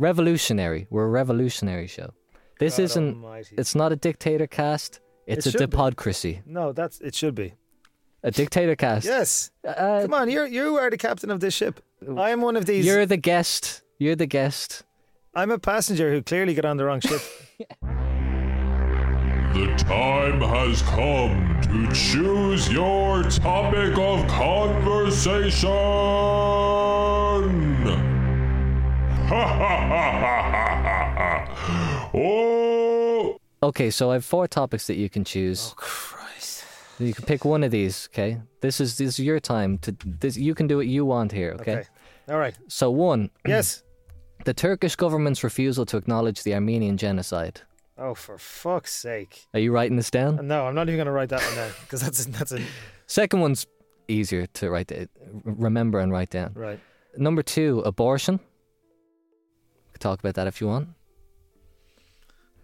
A: Revolutionary. We're a revolutionary show. This
D: God
A: isn't.
D: almighty.
A: It's not a dictator cast. It's
D: It
A: a
D: should be.
A: depocracy.
D: No, that's it should be.
A: A dictator cast.
D: Yes.
A: Uh,
D: Come on, you're you are the captain of this ship. I am one of these.
A: you're the guest. You're the guest.
D: I'm a passenger who clearly got on the wrong ship.
B: The time has come to choose your topic of conversation. Ha ha ha ha ha ha! Oh!
A: Okay, so I have four topics that you can choose.
D: Oh, Christ.
A: You can pick one of these. Okay, this is this is your time to. This you can do what you want here. Okay.
D: Okay. All right.
A: So one,
D: Yes.
A: the Turkish government's refusal to acknowledge the Armenian genocide.
D: Oh, for fuck's sake.
A: Are you writing this down?
D: No, I'm not even going to write that one down because that's a, that's a,
A: Second one's easier to write, d- remember and write down.
D: right.
A: Number two, abortion. We could Talk about that if you want.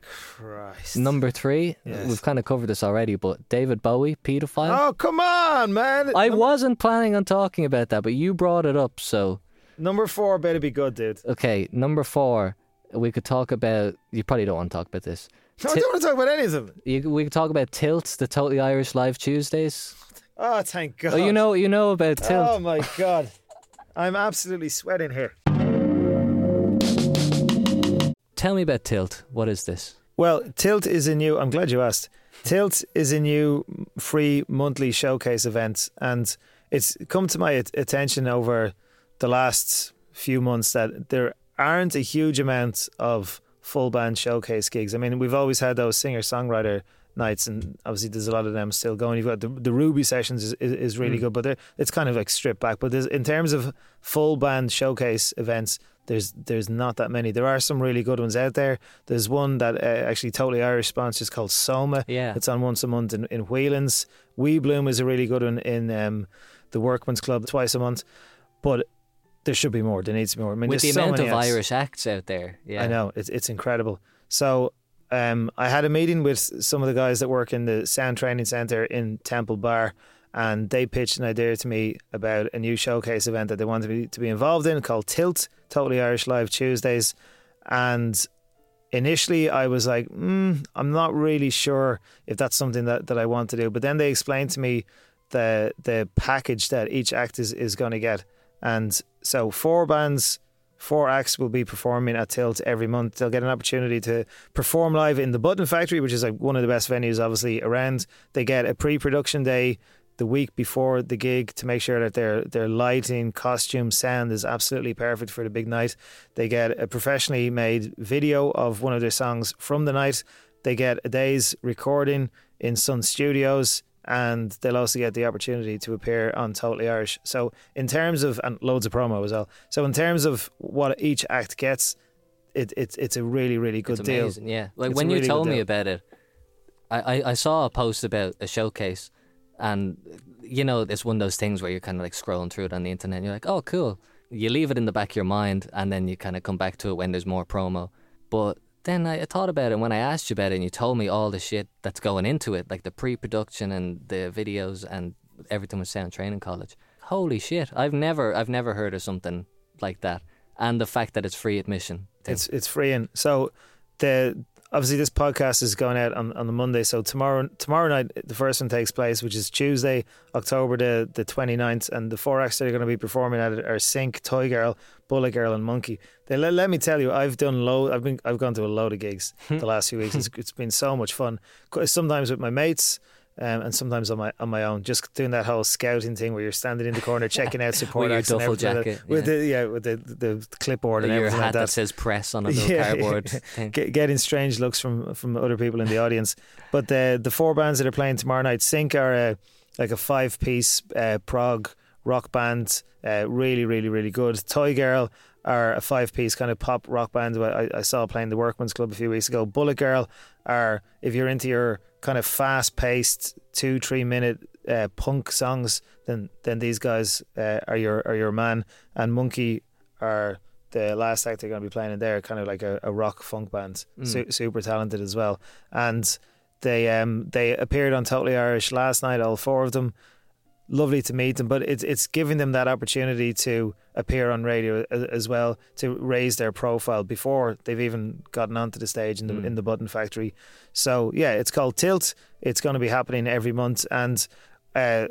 D: Christ.
A: Number three,
D: Yes.
A: we've kind of covered this already, but David Bowie, pedophile.
D: Oh, come on, man.
A: I
D: Num-
A: wasn't planning on talking about that, but you brought it up, so
D: Number 4 better be good, dude.
A: okay. Number four, we could talk about. You probably don't want to talk about this.
D: No, I
A: Ti-
D: don't want to talk about any of them.
A: You, we could talk about Tilt, the Totally Irish Live Tuesdays.
D: Oh, thank God.
A: Oh, you know, you know about Tilt.
D: Oh my God. I'm absolutely sweating here.
A: Tell me about Tilt. What is this?
D: Well, Tilt is a new. I'm glad you asked. Tilt is a new free monthly showcase event, and it's come to my at- attention over the last few months that there aren't a huge amount of full band showcase gigs. I mean, we've always had those singer songwriter nights, and obviously there's a lot of them still going. You've got the, the Ruby sessions is, is, is
A: Mm.
D: really good, but they're, it's kind of like stripped back. But there's, in terms of full band showcase events, there's there's not that many. There are some really good ones out there. There's one that uh, actually totally Irish sponsors called Soma.
A: Yeah.
D: it's on once a month in in Whelan's. We Bloom is a really good one in um, the Workman's Club twice a month, but there should be more. There needs to be more. I mean,
A: With the
D: there's so
A: amount of
D: many acts.
A: Irish acts out there, yeah.
D: I know it's it's incredible. So um, I had a meeting with some of the guys that work in the sound training center in Temple Bar, and they pitched an idea to me about a new showcase event that they wanted me to be involved in called Tilt Totally Irish Live Tuesdays, and. Initially, I was like, mm, I'm not really sure if that's something that, that I want to do. But then they explained to me the the package that each act is, is going to get. And so, four bands Four acts will be performing at Tilt every month. They'll get an opportunity to perform live in the Button Factory, which is like one of the best venues, obviously, around. They get a pre-production day the week before the gig to make sure that their their lighting, costume, sound is absolutely perfect for the big night. They get a professionally made video of one of their songs from the night. They get a day's recording in Sun Studios and they'll also get the opportunity to appear on Totally Irish. So, in terms of and loads of promo as well. So, in terms of what each act gets, it, it it's a really really good
A: It's
D: deal.
A: amazing, yeah. Like
D: It's
A: when
D: a
A: you
D: really good
A: told me
D: deal.
A: about it, I, I, I saw a post about a showcase, and you know, it's one of those things where you're kind of like scrolling through it on the internet and you're like, oh, cool. You leave it in the back of your mind, and then you kind of come back to it when there's more promo. But then I thought about it, and when I asked you about it, and you told me all the shit that's going into it, like the pre production and the videos and everything with Sound Training College. Holy shit. I've never, I've never heard of something like that. And the fact that it's free admission. thing.
D: It's it's freeing. So the obviously this podcast is going out on, on the Monday. So tomorrow tomorrow night the first one takes place, which is Tuesday, October the, the 29th, and the four acts that are going to be performing at it are Sink, Toy Girl, Bullet Girl, and Monkey. They let, let me tell you, I've done low. I've been I've gone to a load of gigs the last few weeks. It's, it's been so much fun. Co- Sometimes with my mates. Um, and sometimes on my on my own, just doing that whole scouting thing where you're standing in the corner checking out
A: With
D: support
A: your
D: acts and
A: duffel
D: everything like that.
A: jacket,
D: with
A: yeah.
D: the yeah with the, the clipboard and
A: your
D: everything
A: hat
D: like
A: that.
D: that.
A: says press on a little
D: Yeah.
A: cardboard thing.
D: Get, getting strange looks from from other people in the audience. But uh, the the four bands that are playing tomorrow night, Sync are a, like a five piece uh, prog rock band, uh, really really really good. Toy Girl are a five piece kind of pop rock band who I, I saw playing the Workman's Club a few weeks ago. Bullet Girl are, if you're into your kind of fast paced two, three minute uh, punk songs, then then these guys uh, are your are your man. And Monkey are the last act they're going to be playing in there, kind of like a, a rock funk band. Su- super talented as well. And they um they appeared on Totally Irish last night, all four of them lovely to meet them, but it's it's giving them that opportunity to appear on radio a- as well to raise their profile before they've even gotten onto the stage in the in the Button Factory. So yeah, it's called Tilt. It's going to be happening every month, and uh,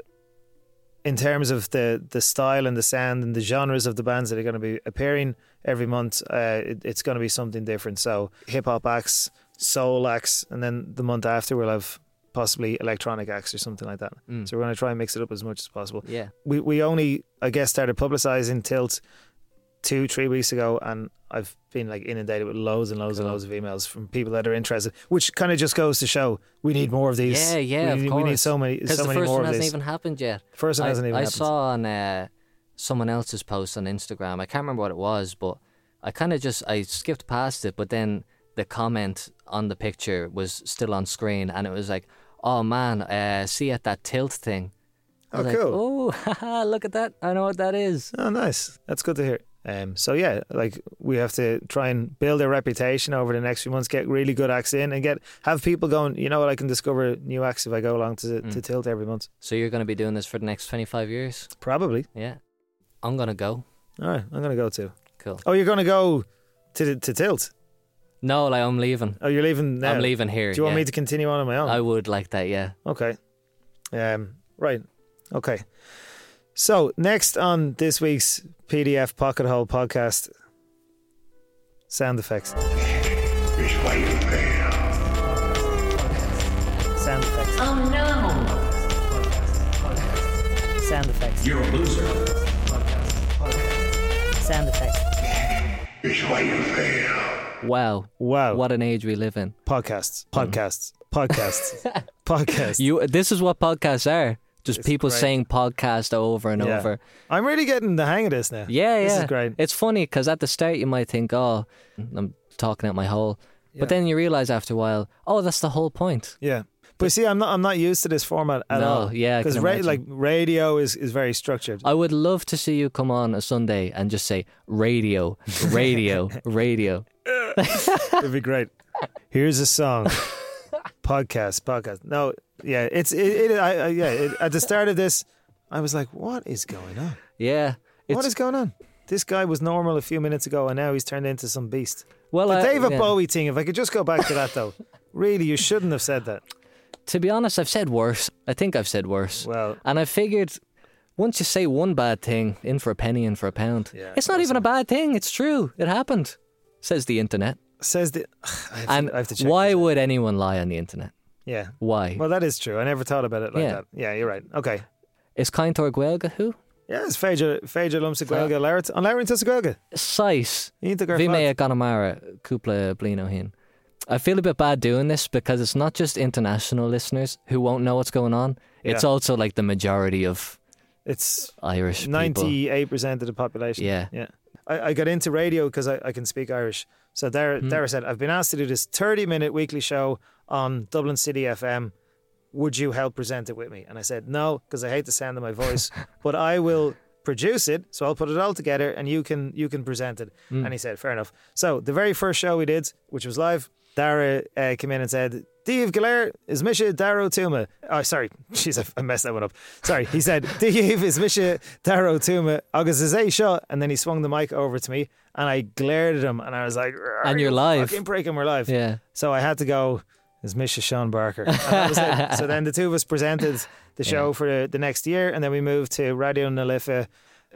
D: in terms of the the style and the sound and the genres of the bands that are going to be appearing every month, uh, it, it's going to be something different. So hip hop acts, soul acts, and then the month after we'll have possibly electronic acts or something like that.
A: Mm.
D: So we're going to try and mix it up as much as possible.
A: yeah.
D: We we only I guess started publicizing Tilt two three weeks ago, and I've been like inundated with loads and loads and
A: Cool.
D: loads of emails from people that are interested, which kind of just goes to show we need more of these.
A: Yeah, yeah,
D: we,
A: of
D: need- we need
A: course.
D: so many,
A: Because
D: so
A: the
D: many
A: first
D: more
A: one
D: of
A: hasn't
D: this.
A: even happened yet.
D: first one
A: I,
D: hasn't even
A: I
D: happened.
A: saw on uh, someone else's post on Instagram. I can't remember what it was, but I kind of just I skipped past it. But then the comment on the picture was still on screen, and it was like, "Oh man, uh, see at that tilt thing." I
D: Oh,
A: was like,
D: cool.
A: oh, haha, look at that! I know what that is.
D: Oh, nice. That's good to hear. Um, so yeah, like we have to try and build a reputation over the next few months, get really good acts in, and get have people going. You know what? I can discover new acts if I go along to
A: Mm.
D: to Tilt every month.
A: So you're going to be doing this for the next twenty five years?
D: Probably.
A: Yeah, I'm gonna go.
D: All right, I'm gonna go too.
A: Cool.
D: Oh, you're gonna go to the, to Tilt.
A: No, like I'm leaving.
D: Oh, you're leaving now.
A: I'm leaving here.
D: Do you want
A: yeah.
D: me to continue on on my own?
A: I would like that. Yeah.
D: Okay. Um, right. Okay. So next on this week's PDF Pocket Hole podcast, sound effects. Sound effects.
F: Oh no!
G: Sound effects.
E: You're a loser.
G: Sound effects.
A: Wow.
D: Wow.
A: What an age we live in.
D: podcasts? Podcasts. Podcasts. podcasts.
A: You. This is what podcasts are. Just
D: It's
A: people
D: great.
A: saying podcast over and
D: Yeah.
A: over.
D: I'm really getting the hang of this now.
A: Yeah, yeah.
D: This is great.
A: It's funny because at the start you might think, "Oh, I'm talking out my hole,"
D: Yeah.
A: but then you realize after a while, "Oh, that's the whole point."
D: Yeah. But see, I'm not. I'm not used to this format at
A: No,
D: all.
A: yeah, I
D: because
A: can imagine.
D: like radio is, is very structured.
A: I would love to see you come on a Sunday and just say radio, radio, radio.
D: It'd be great. Here's a song. podcast, podcast. No, yeah, it's it. it I, I yeah. It, at the start of this, I was like, "What is going on?
A: Yeah.
D: what is going on?" This guy was normal a few minutes ago, and now he's turned into some beast.
A: well,
D: The
A: I-
D: David
A: yeah.
D: Bowie thing. If I could just go back to that, though, really, you shouldn't have said that.
A: To be honest, I've said worse. I think I've said worse.
D: Well,
A: And I figured once you say one bad thing, in for a penny, in for a pound.
D: Yeah,
A: it's not even a bad thing. It's true. It happened, says the internet.
D: says the. I have
A: And
D: to, I have to check
A: why
D: this.
A: would anyone lie on the internet?
D: Yeah.
A: Why?
D: Well, that is true. I never thought about it like
A: Yeah.
D: that. Yeah, you're right. Okay.
A: is Kaintor Guelga who?
D: Yeah, it's Phaedra, Phaedra Lumsaguelga, Larrett, and Larrett Tussaguelga.
A: Sais.
D: You need to go
A: Vimea Ganamara, Kupla Blino Hin. I feel a bit bad doing this because it's not just international listeners who won't know what's going on. It's
D: Yeah.
A: also like the majority of
D: It's
A: Irish people.
D: Ninety-eight percent of the population.
A: Yeah.
D: yeah. I, I got into radio because I, I can speak Irish. So there,
A: Hmm.
D: Dara said, "I've been asked to do this thirty-minute weekly show on Dublin City FM. Would you help present it with me?" And I said, "No, because I hate the sound of my voice, but I will." produce it so i'll put it all together and you can you can present it
A: Mm.
D: and he said fair enough so the very first show we did which was live dara uh, came in and said Dave Galer is Misha Daro Tuma. Oh, sorry. Jeez, I- I messed that one up. Sorry. He said, Dave is Misha Daro Tuma. August is a shot. And then he swung the mic over to me and I glared at him and I was like,
A: And you're
D: "You
A: live."
D: Fucking break and we're live.
A: Yeah.
D: So I had to go, is Misha Sean Barker. And that was it. so then the two of us presented the show for the, the next year, and then we moved to Radio Nalifa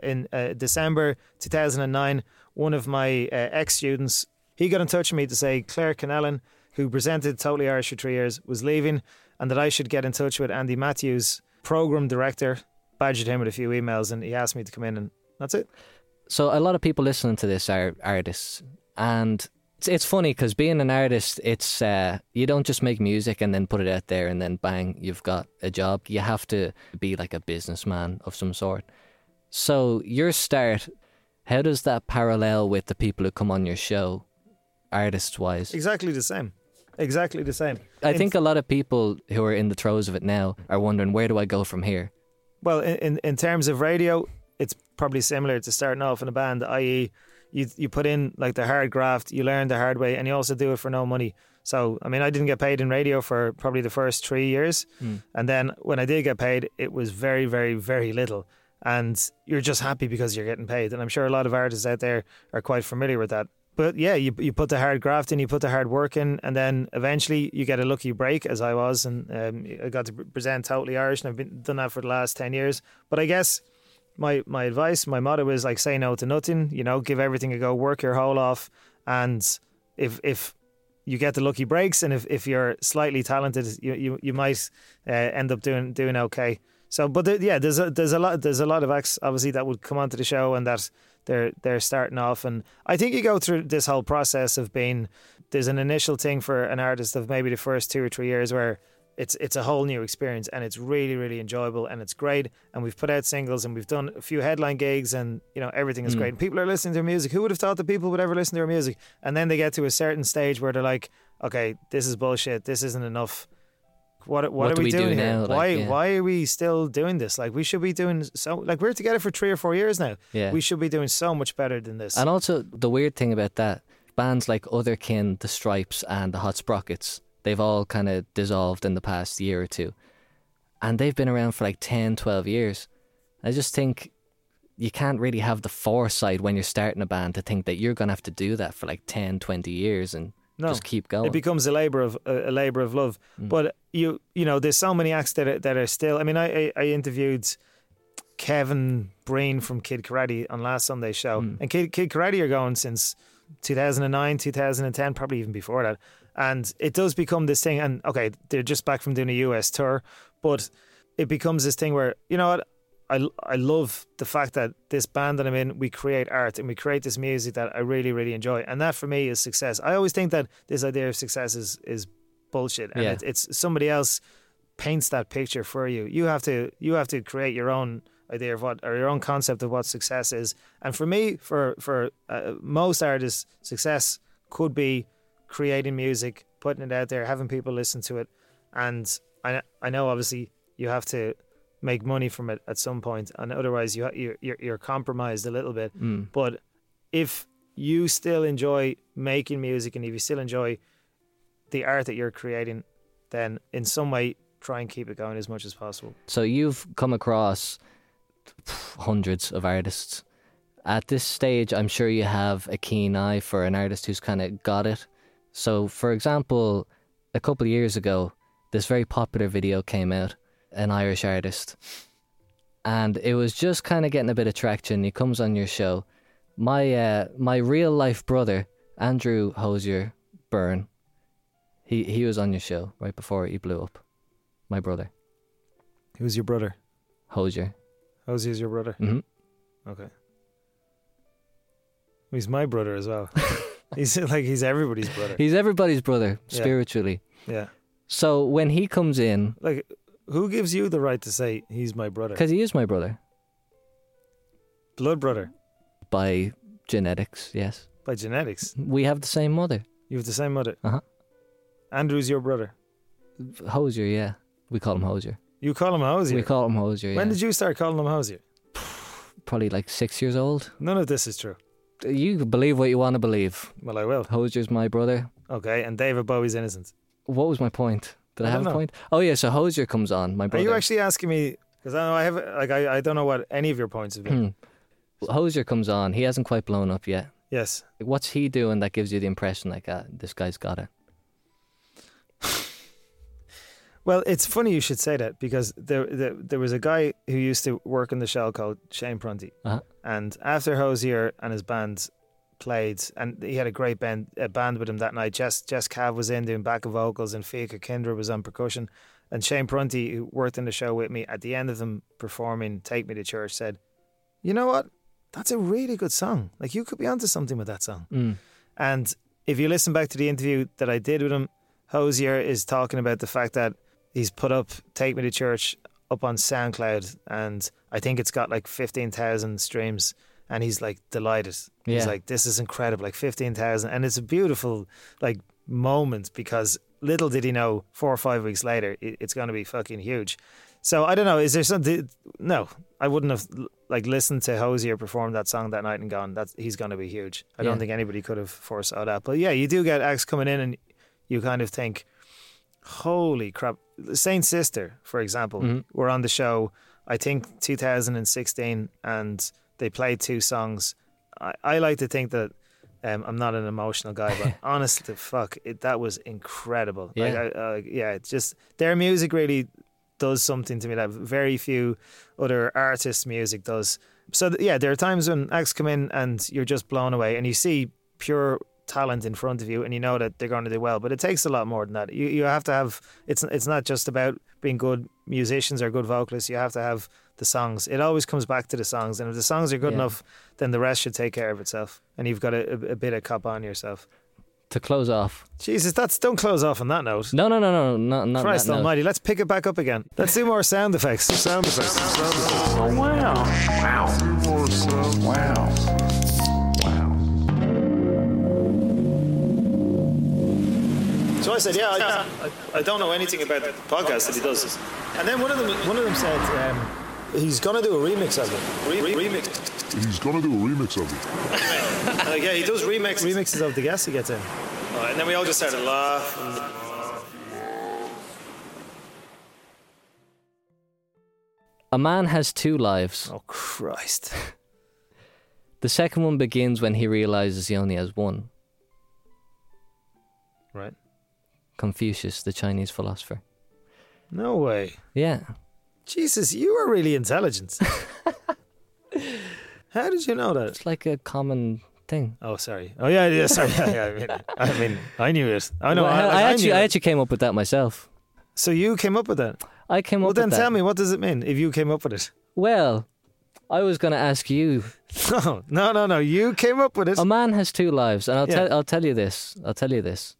D: in uh, December 2009. One of my uh, ex students, he got in touch with me to say Claire Canellan, who presented Totally Irish for three years, was leaving, and that I should get in touch with Andy Matthews, program director. Badgered him with a few emails, and he asked me to come in, and that's it.
A: so a lot of people listening to this are artists and it's, it's funny because being an artist it's uh, you don't just make music and then put it out there and then bang you've got a job you have to be like a businessman of some sort so your start How does that parallel with the people who come on your show, artists wise?
D: Exactly the same. Exactly the same.
A: I
D: In-
A: think a lot of people who are in the throes of it now are wondering where do I go from here?
D: Well, in, in, in terms of radio, it's probably similar to starting off in a band, i.e., you you put in like the hard graft, you learn the hard way, and you also do it for no money. So, I mean, I didn't get paid in radio for probably the first three years, and then when I did get paid, it was very, very, very little. And you're just happy because you're getting paid, and I'm sure a lot of artists out there are quite familiar with that. But yeah, you you put the hard graft in, you put the hard work in, and then eventually you get a lucky break, as I was, and um, I got to pre- present totally Irish, and I've been done that for the last ten years. But I guess my my advice, my motto is like say no to nothing. You know, give everything a go, work your whole off, and if if you get the lucky breaks, and if, if you're slightly talented, you you, you might uh, end up doing doing okay. So, but there, yeah, there's a there's a lot there's a lot of acts obviously that would come onto the show and that they're they're starting off, and I think you go through this whole process of being there's an initial thing for an artist of maybe the first two or three years where it's it's a whole new experience and it's really really enjoyable and it's great and we've put out singles and we've done a few headline gigs and you know everything is great and people are listening to our music who would have thought that people would ever listen to our music and then they get to a certain stage where they're like okay this is bullshit this isn't enough what, what, are
A: do
D: we,
A: we do
D: doing here?
A: now? Like,
D: why
A: yeah.
D: why are we still doing this? Like we should be doing so. Like we're together for three or four years now.
A: Yeah.
D: We should be doing so much better than this.
A: And also, the weird thing about that, bands like Otherkin, The Stripes, and The Hot Sprockets, they've all kind of dissolved in the past year or two. And they've been around for like 10, 12 years. I just think you can't really have the foresight when you're starting a band to think that you're going to have to do that for like 10, 20 years and
D: No.
A: just keep going.
D: It becomes a labor of a, a labor of love. But you you know, there's so many acts that are, that are still. I mean, I I, I interviewed Kevin Breen from Kid Karate on last Sunday's show, and Kid Kid Karate are going since 2009, 2010, probably even before that. And it does become this thing. And okay, they're just back from doing a US tour, but it becomes this thing where you know what. I, I love the fact that this band that I'm in, we create art and we create this music that I really, really enjoy. And that for me is success. I always think that this idea of success is, is bullshit. And
A: Yeah.
D: it, it's somebody else paints that picture for you. You have to you have to create your own idea of what or your own concept of what success is. And for me, for for uh, most artists, success could be creating music, putting it out there, having people listen to it. And I I know obviously you have to make money from it at some point, and otherwise you ha- you're you're, you're compromised a little bit.
A: Mm.
D: But if you still enjoy making music and if you still enjoy the art that you're creating, then in some way try and keep it going as much as possible.
A: So you've come across pff, hundreds of artists. At this stage, I'm sure you have a keen eye for an artist who's kind of got it. So, for example, a couple of years ago, this very popular video came out, an Irish artist, and it was just kind of getting a bit of traction. He comes on your show. My uh, my real life brother, Andrew Hosier Byrne, he he was on your show right before he blew up. My brother
D: Who's your brother?
A: Hosier.
D: How's is your brother?
A: hmm
D: Okay. He's my brother as well. he's like he's everybody's brother.
A: He's everybody's brother
D: Yeah.
A: spiritually.
D: yeah.
A: So when he comes in,
D: Like who gives you the right to say he's my brother?
A: because he is my brother
D: Blood brother
A: by genetics, yes,
D: by genetics.
A: we have the same mother.
D: You have the same mother.
A: Uh-huh.
D: Andrew's your brother.
A: Hosier, yeah, we call him Hosier.
D: You call him Hosier.
A: We call him Hosier.
D: when
A: yeah.
D: did you start calling him Hosier?
A: Probably like six years old.
D: None of this is true.
A: You can believe what you want to believe.
D: Well, I will.
A: Hosier's my brother.
D: Okay, and David Bowie's innocent.
A: What was my point? Did I,
D: I
A: have
D: don't
A: a
D: know.
A: point? Oh yeah, so Hosier comes on, my brother.
D: Are you actually asking me? Because I know I have like I, I don't know what any of your points have
A: Hmm.
D: been.
A: Hosier comes on. He hasn't quite blown up yet.
D: yes.
A: What's he doing that gives you the impression like ah, this guy's got it?
D: Well, it's funny you should say that because there, there there was a guy who used to work in the show called Shane Prunty,
A: Uh-huh.
D: and after Hosier and his band played, and he had a great band a band with him that night. Jess Jess Cav was in doing backing vocals, and Fika Kendra was on percussion, and Shane Prunty, who worked in the show with me, at the end of them performing "Take Me to Church," said, "You know what? That's a really good song. Like you could be onto something with that song."
A: Mm.
D: And if you listen back to the interview that I did with him, Hosier is talking about the fact that he's put up Take Me to Church up on SoundCloud, and I think it's got like 15,000 streams. and he's like delighted. He's
A: Yeah.
D: like, this is incredible, like 15,000. And it's a beautiful like moment because little did he know four or five weeks later, i- it's going to be fucking huge. So I don't know. Is there something? No, I wouldn't have like listened to Hosier perform that song that night and gone, that's he's going to be huge. I don't
A: Yeah.
D: think anybody could have foresaw that. But yeah, you do get acts coming in and you kind of think, holy crap. Saint Sister, for example,
A: Mhm.
D: were on the show, I think 2016, and they played two songs. I, I like to think that um, I'm not an emotional guy, but honest to fuck, it, that was incredible. Like,
A: Yeah.
D: I, uh, yeah, it's just their music really does something to me that very few other artists' music does. So, th- yeah, there are times when acts come in and you're just blown away and you see pure talent in front of you and you know that they're going to do well, but it takes a lot more than that. You, you have to have, it's, it's not just about being good musicians or good vocalists, you have to have the songs. It always comes back to the songs, and if the songs are good
A: Yeah.
D: enough, then the rest should take care of itself. And you've got a, a, a bit of cop on yourself.
A: To close off.
D: Jesus, that's don't close off on that note.
A: No, no, no, no, no, not
D: Christ
A: that note.
D: Almighty, let's pick it back up again. Let's do more sound effects.
B: Sound effects. Sound effects.
F: Wow. Wow. Wow. Wow.
D: So I said, "Yeah, I, I, I don't know anything about the podcast that he does." And then one of them, one of them said, um, "He's gonna do a remix of it." Re- re- remix.
G: He's gonna do a remix of it.
D: Uh, yeah, he does remix remixes of the guests he gets in. and then we all just started laughing.
A: A man has two lives.
D: Oh Christ!
A: The second one begins when he realizes he only has one.
D: Right?
A: Confucius, the Chinese philosopher.
D: No way.
A: Yeah.
D: Jesus, you are really intelligent. How did you know that?
A: It's like a common thing.
D: Oh, sorry. Oh, yeah, yeah, sorry. Yeah, yeah, I, mean, I mean, I knew it. I know.
A: Well,
D: I,
A: I,
D: like,
A: I
D: I
A: actually
D: knew
A: I
D: it.
A: actually came up with that myself.
D: So you came up with that.
A: I came
D: Well,
A: up with
D: then
A: that.
D: tell me, what does it mean if you came up with it?
A: Well, I was going to ask you.
D: No, no, no, no. You came up with it.
A: A man has two lives, and I'll
D: Yeah.
A: tell I'll tell you this. I'll tell you this.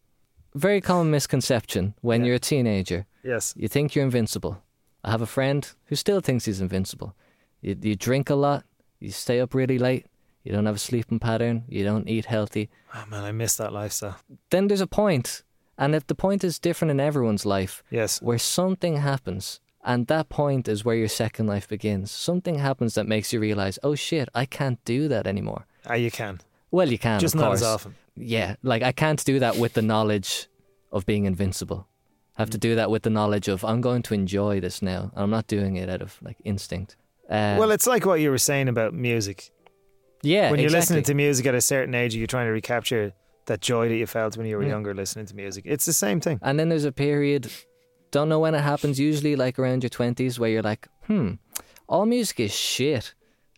A: Very common misconception when
D: Yeah.
A: you're a teenager.
D: yes.
A: You think you're invincible. I have a friend who still thinks he's invincible. You, you drink a lot, you stay up really late, you don't have a sleeping pattern, you don't eat healthy.
D: Oh man, I miss that lifestyle.
A: Then there's a point, and if the point is different in everyone's life,
D: Yes.
A: where something happens, and that point is where your second life begins. Something happens that makes you realize, oh shit, I can't do that anymore.
D: Ah, you can.
A: Well, you can,
D: Just
A: of
D: not as
A: course.
D: often.
A: Yeah, like I can't do that with the knowledge of being invincible. I have
D: Mm.
A: to do that with the knowledge of I'm going to enjoy this now, and I'm not doing it out of like instinct. Uh,
D: Well, it's like what you were saying about music.
A: yeah,
D: When you're listening to
A: exactly.
D: music at a certain age, you're trying to recapture that joy that you felt when you were
A: Yeah.
D: younger listening to music. It's the same thing.
A: and then there's a period, don't know when it happens. Usually, like around your twenties, where you're like, hmm, all music is shit.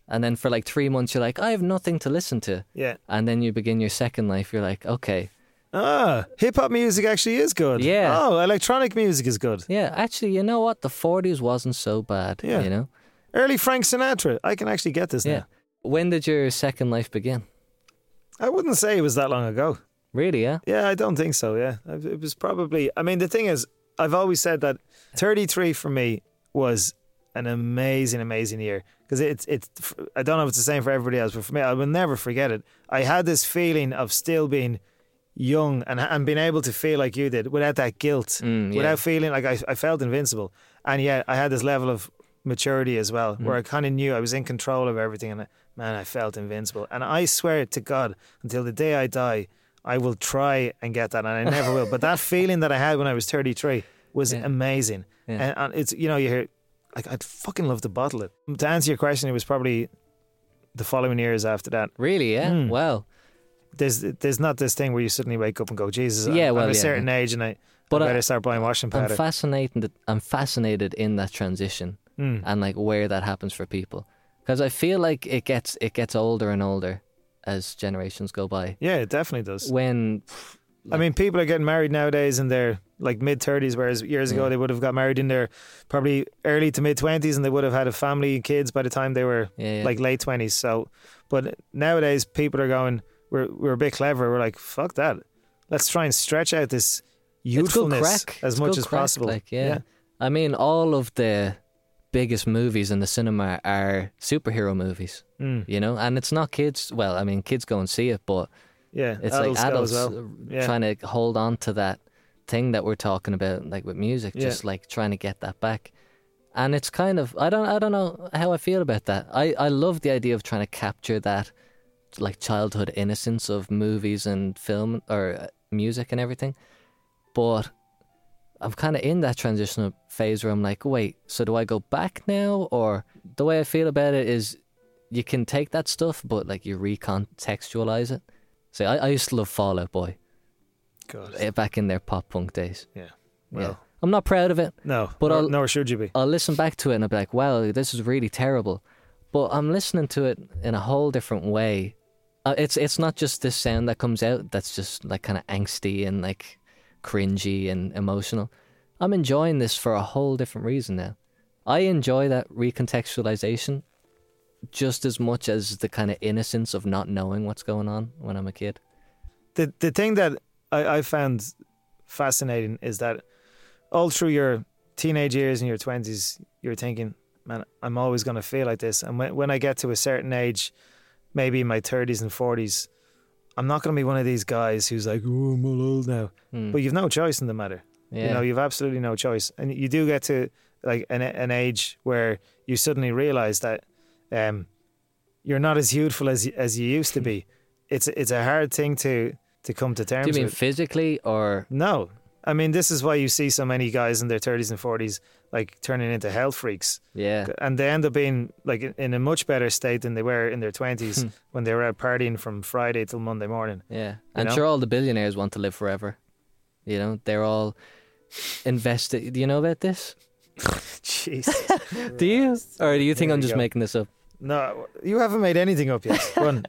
A: And then for like three months, you're like, I have nothing to listen to.
D: Yeah.
A: And then you begin your second life. You're like, okay,
D: Ah, hip hop music actually is good.
A: Yeah.
D: Oh, electronic music is good.
A: yeah, actually, you know what? The forties wasn't so bad.
D: Yeah.
A: You know.
D: Early Frank Sinatra. I can actually get this
A: Yeah.
D: now.
A: When did your second life begin?
D: I wouldn't say it was that long ago.
A: Really? Yeah.
D: Yeah, I don't think so. Yeah, I- it was probably. I mean, the thing is, I've always said that 33 for me was an amazing, amazing year because it's it's. I don't know if it's the same for everybody else, but for me, I will never forget it. I had this feeling of still being young and and being able to feel like you did without that guilt,
A: Mm, yeah.
D: without feeling like I, I felt invincible, and yet I had this level of maturity as well, where I
A: Mm.
D: kind of knew I was in control of everything, and man, I felt invincible. And I swear to God, until the day I die, I will try and get that, and I never will. But that feeling that I had when I was 33 was
A: Yeah.
D: amazing,
A: Yeah.
D: and, and it's you know you hear like I'd fucking love to bottle it. To answer your question, it was probably the following years after that.
A: Really? Yeah.
D: Mm.
A: Wow.
D: There's there's not this thing where you suddenly wake up and go, Jesus,
A: Yeah,
D: I'm,
A: well,
D: I'm a
A: yeah,
D: certain age, and I.
A: But
D: I
A: I-
D: better start buying washing
A: I'm
D: powder.
A: fascinated. I'm fascinated in that transition
D: Mm.
A: and like where that happens for people, because I feel like it gets it gets older and older as generations go by.
D: Yeah, it definitely does.
A: When
D: I mean, people are getting married nowadays in their like mid thirties, whereas years ago
A: Yeah.
D: they would have got married in their probably early to mid twenties, and they would have had a family and kids by the time they were
A: Yeah, yeah.
D: like late twenties. So, but nowadays people are going, we're we're a bit clever. We're like, fuck that. Let's try and stretch out this
A: it's good
D: youthfulness
A: crack
D: as
A: It's
D: much
A: good
D: as
A: crack,
D: possible.
A: Like yeah. I mean all of the biggest movies in the cinema are superhero movies,
D: Mm.
A: you know? And it's not kids. Well, I mean, kids go and see it, but
D: Yeah,
A: it's
D: adults
A: like
D: go
A: adults
D: as well.
A: uh,
D: Yeah.
A: trying to hold on to that thing that we're talking about, like with music,
D: Yeah.
A: just like trying to get that back. And it's kind of I don't I don't know how I feel about that. I I love the idea of trying to capture that like childhood innocence of movies and film or uh, music and everything, but. I'm kind of in that transitional phase where I'm like, wait, so do I go back now? Or the way I feel about it is you can take that stuff, but like you recontextualize it. See, I, I used to love Fallout Boy
D: God.
A: eh, back in their pop punk days.
D: Yeah.
A: yeah.
D: Well.
A: I'm not proud of it.
D: No,
A: But
D: but nor,
A: I'll-
D: nor should you be.
A: I'll listen back to it and I'll be like, wow, this is really terrible. But I'm listening to it in a whole different way. Uh, it's it's not just this sound that comes out that's just like kind of angsty and like cringy and emotional. I'm enjoying this for a whole different reason now. I enjoy that recontextualization just as much as the kind of innocence of not knowing what's going on when I'm a kid.
D: the the thing that I, I found fascinating is that all through your teenage years and your twenties, you're thinking, "Man, I'm always going to feel like this." And when when I get to a certain age, maybe in my thirties and forties, I'm not going to be one of these guys who's like, "Oh, I'm all old now."
A: Mm.
D: But you've no choice in the matter.
A: yeah.
D: You know, you've absolutely no choice, and you do get to like an an age where you suddenly realize that um, you're not as youthful as y- as you used to be. It's it's a hard thing to to come to terms
A: Hmm. Do you mean
D: with.
A: physically or
D: No, I mean this is why you see so many guys in their thirties and forties like turning into health freaks,
A: yeah?
D: and they end up being like in- in a much better state than they were in their
A: Hmm.
D: twenties when they were out partying from Friday till Monday morning.
A: Yeah. And
D: know?
A: sure, all the billionaires want to live forever. You know, they're all invested. Do you know about this?
D: Jeez.
A: Do you? Or do you think
D: There
A: I'm
D: you
A: just
D: go.
A: making this up?
D: No, you haven't made anything up yet. Go on.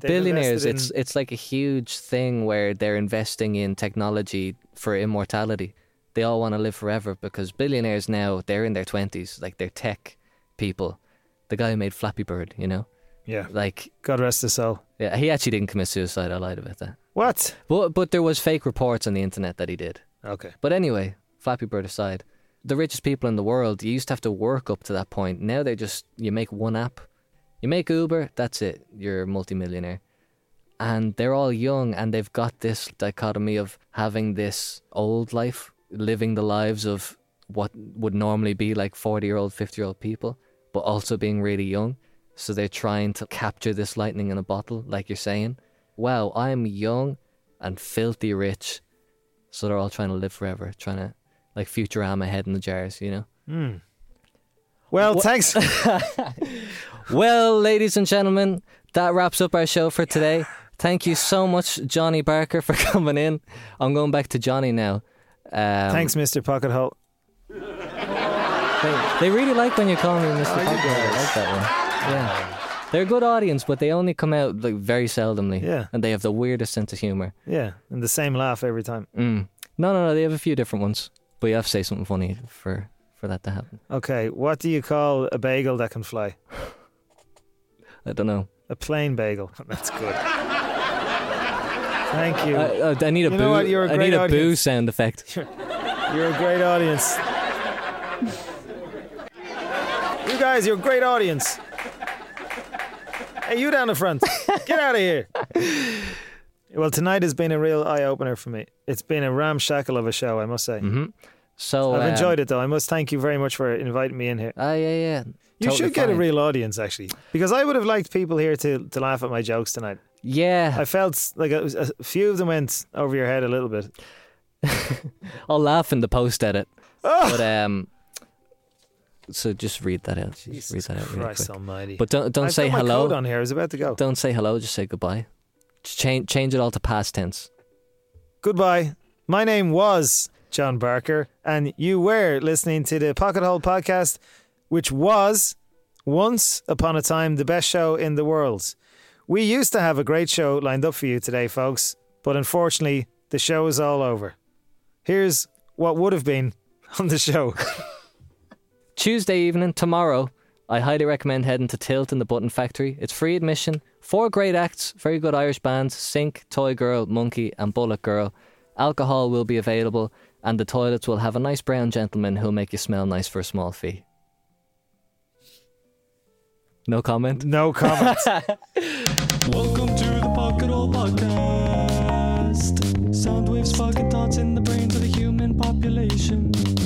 A: billionaires,
D: invested
A: it's
D: in-
A: it's like a huge thing where they're investing in technology for immortality. They all want to live forever because billionaires now they're in their twenties, like they're tech people. The guy who made Flappy Bird, you know,
D: Yeah.
A: like
D: God rest his soul.
A: yeah, he actually didn't commit suicide. I lied about that.
D: What?
A: But but there was fake reports on the internet that he did.
D: Okay.
A: But anyway, Flappy Bird aside, the richest people in the world, you used to have to work up to that point. Now they just, you make one app, you make Uber, that's it, you're a multimillionaire. And they're all young and they've got this dichotomy of having this old life, living the lives of what would normally be like 40 year old, 50 year old people, but also being really young. So they're trying to capture this lightning in a bottle, like you're saying. Wow, I'm young and filthy rich. So they're all trying to live forever, trying to like Futurama head in the jars, you know.
D: Well, thanks.
A: Um, Well, ladies and gentlemen, that wraps up our show for today. Thank you so much, Johnny Barker, for coming in. I'm going back to Johnny now. Um,
D: Thanks, Mr. Pocket Hole.
A: They, they really like when you call me Mr. Pocket. I like that one. Yeah. They're a good audience, but they only come out like very seldomly.
D: Yeah.
A: And they have the weirdest sense of humor.
D: Yeah, and the same laugh every time.
A: Mm. No, no, no. They have a few different ones, but you have to say something funny for for that to happen.
D: Okay, what do you call a bagel that can fly?
A: I don't know.
D: A plain bagel. That's good. Thank you.
A: I, I, I need a
D: You
A: boo.
D: know what? You're a
A: I
D: great
A: need a boo
D: audience.
A: sound effect.
D: You're a great audience. you guys, you're a great audience. Hey, you down the front. Get out of here. Well, tonight has been a real eye opener for me. It's been a ramshackle of a show, I must say.
A: So
D: I've enjoyed it though. I must thank you very much for inviting me in here.
A: Ah, yeah, yeah.
D: You
A: Totally
D: should get a
A: fine.
D: real audience actually, because I would have liked people here to, to laugh at my jokes tonight.
A: Yeah,
D: I felt like it was- a few of them went over your head a little bit.
A: I'll laugh in the post edit.
D: Oh!
A: But um, so just read that out. Just read that out really
D: Christ
A: quick.
D: Almighty!
A: But don't don't
D: I've
A: say
D: got my
A: hello.
D: coat on here. I was about to go.
A: Don't say hello. Just say goodbye. Just Change change it all to past tense.
D: Goodbye. My name was John Barker, and you were listening to the Pocket Hole podcast, which was once upon a time the best show in the world. We used to have a great show lined up for you today, folks, but unfortunately, the show is all over. Here's what would have been on the show.
A: Tuesday evening, tomorrow, I highly recommend heading to Tilt in the Button Factory. It's free admission, four great acts, very good Irish bands Sink, Toy Girl, Monkey, and Bullet Girl. Alcohol will be available, and the toilets will have a nice brown gentleman who'll make you smell nice for a small fee. No comment.
D: No comment.
C: Welcome to the Pocket Hole Podcast. Sound waves, fucking thoughts in the brains of the human population.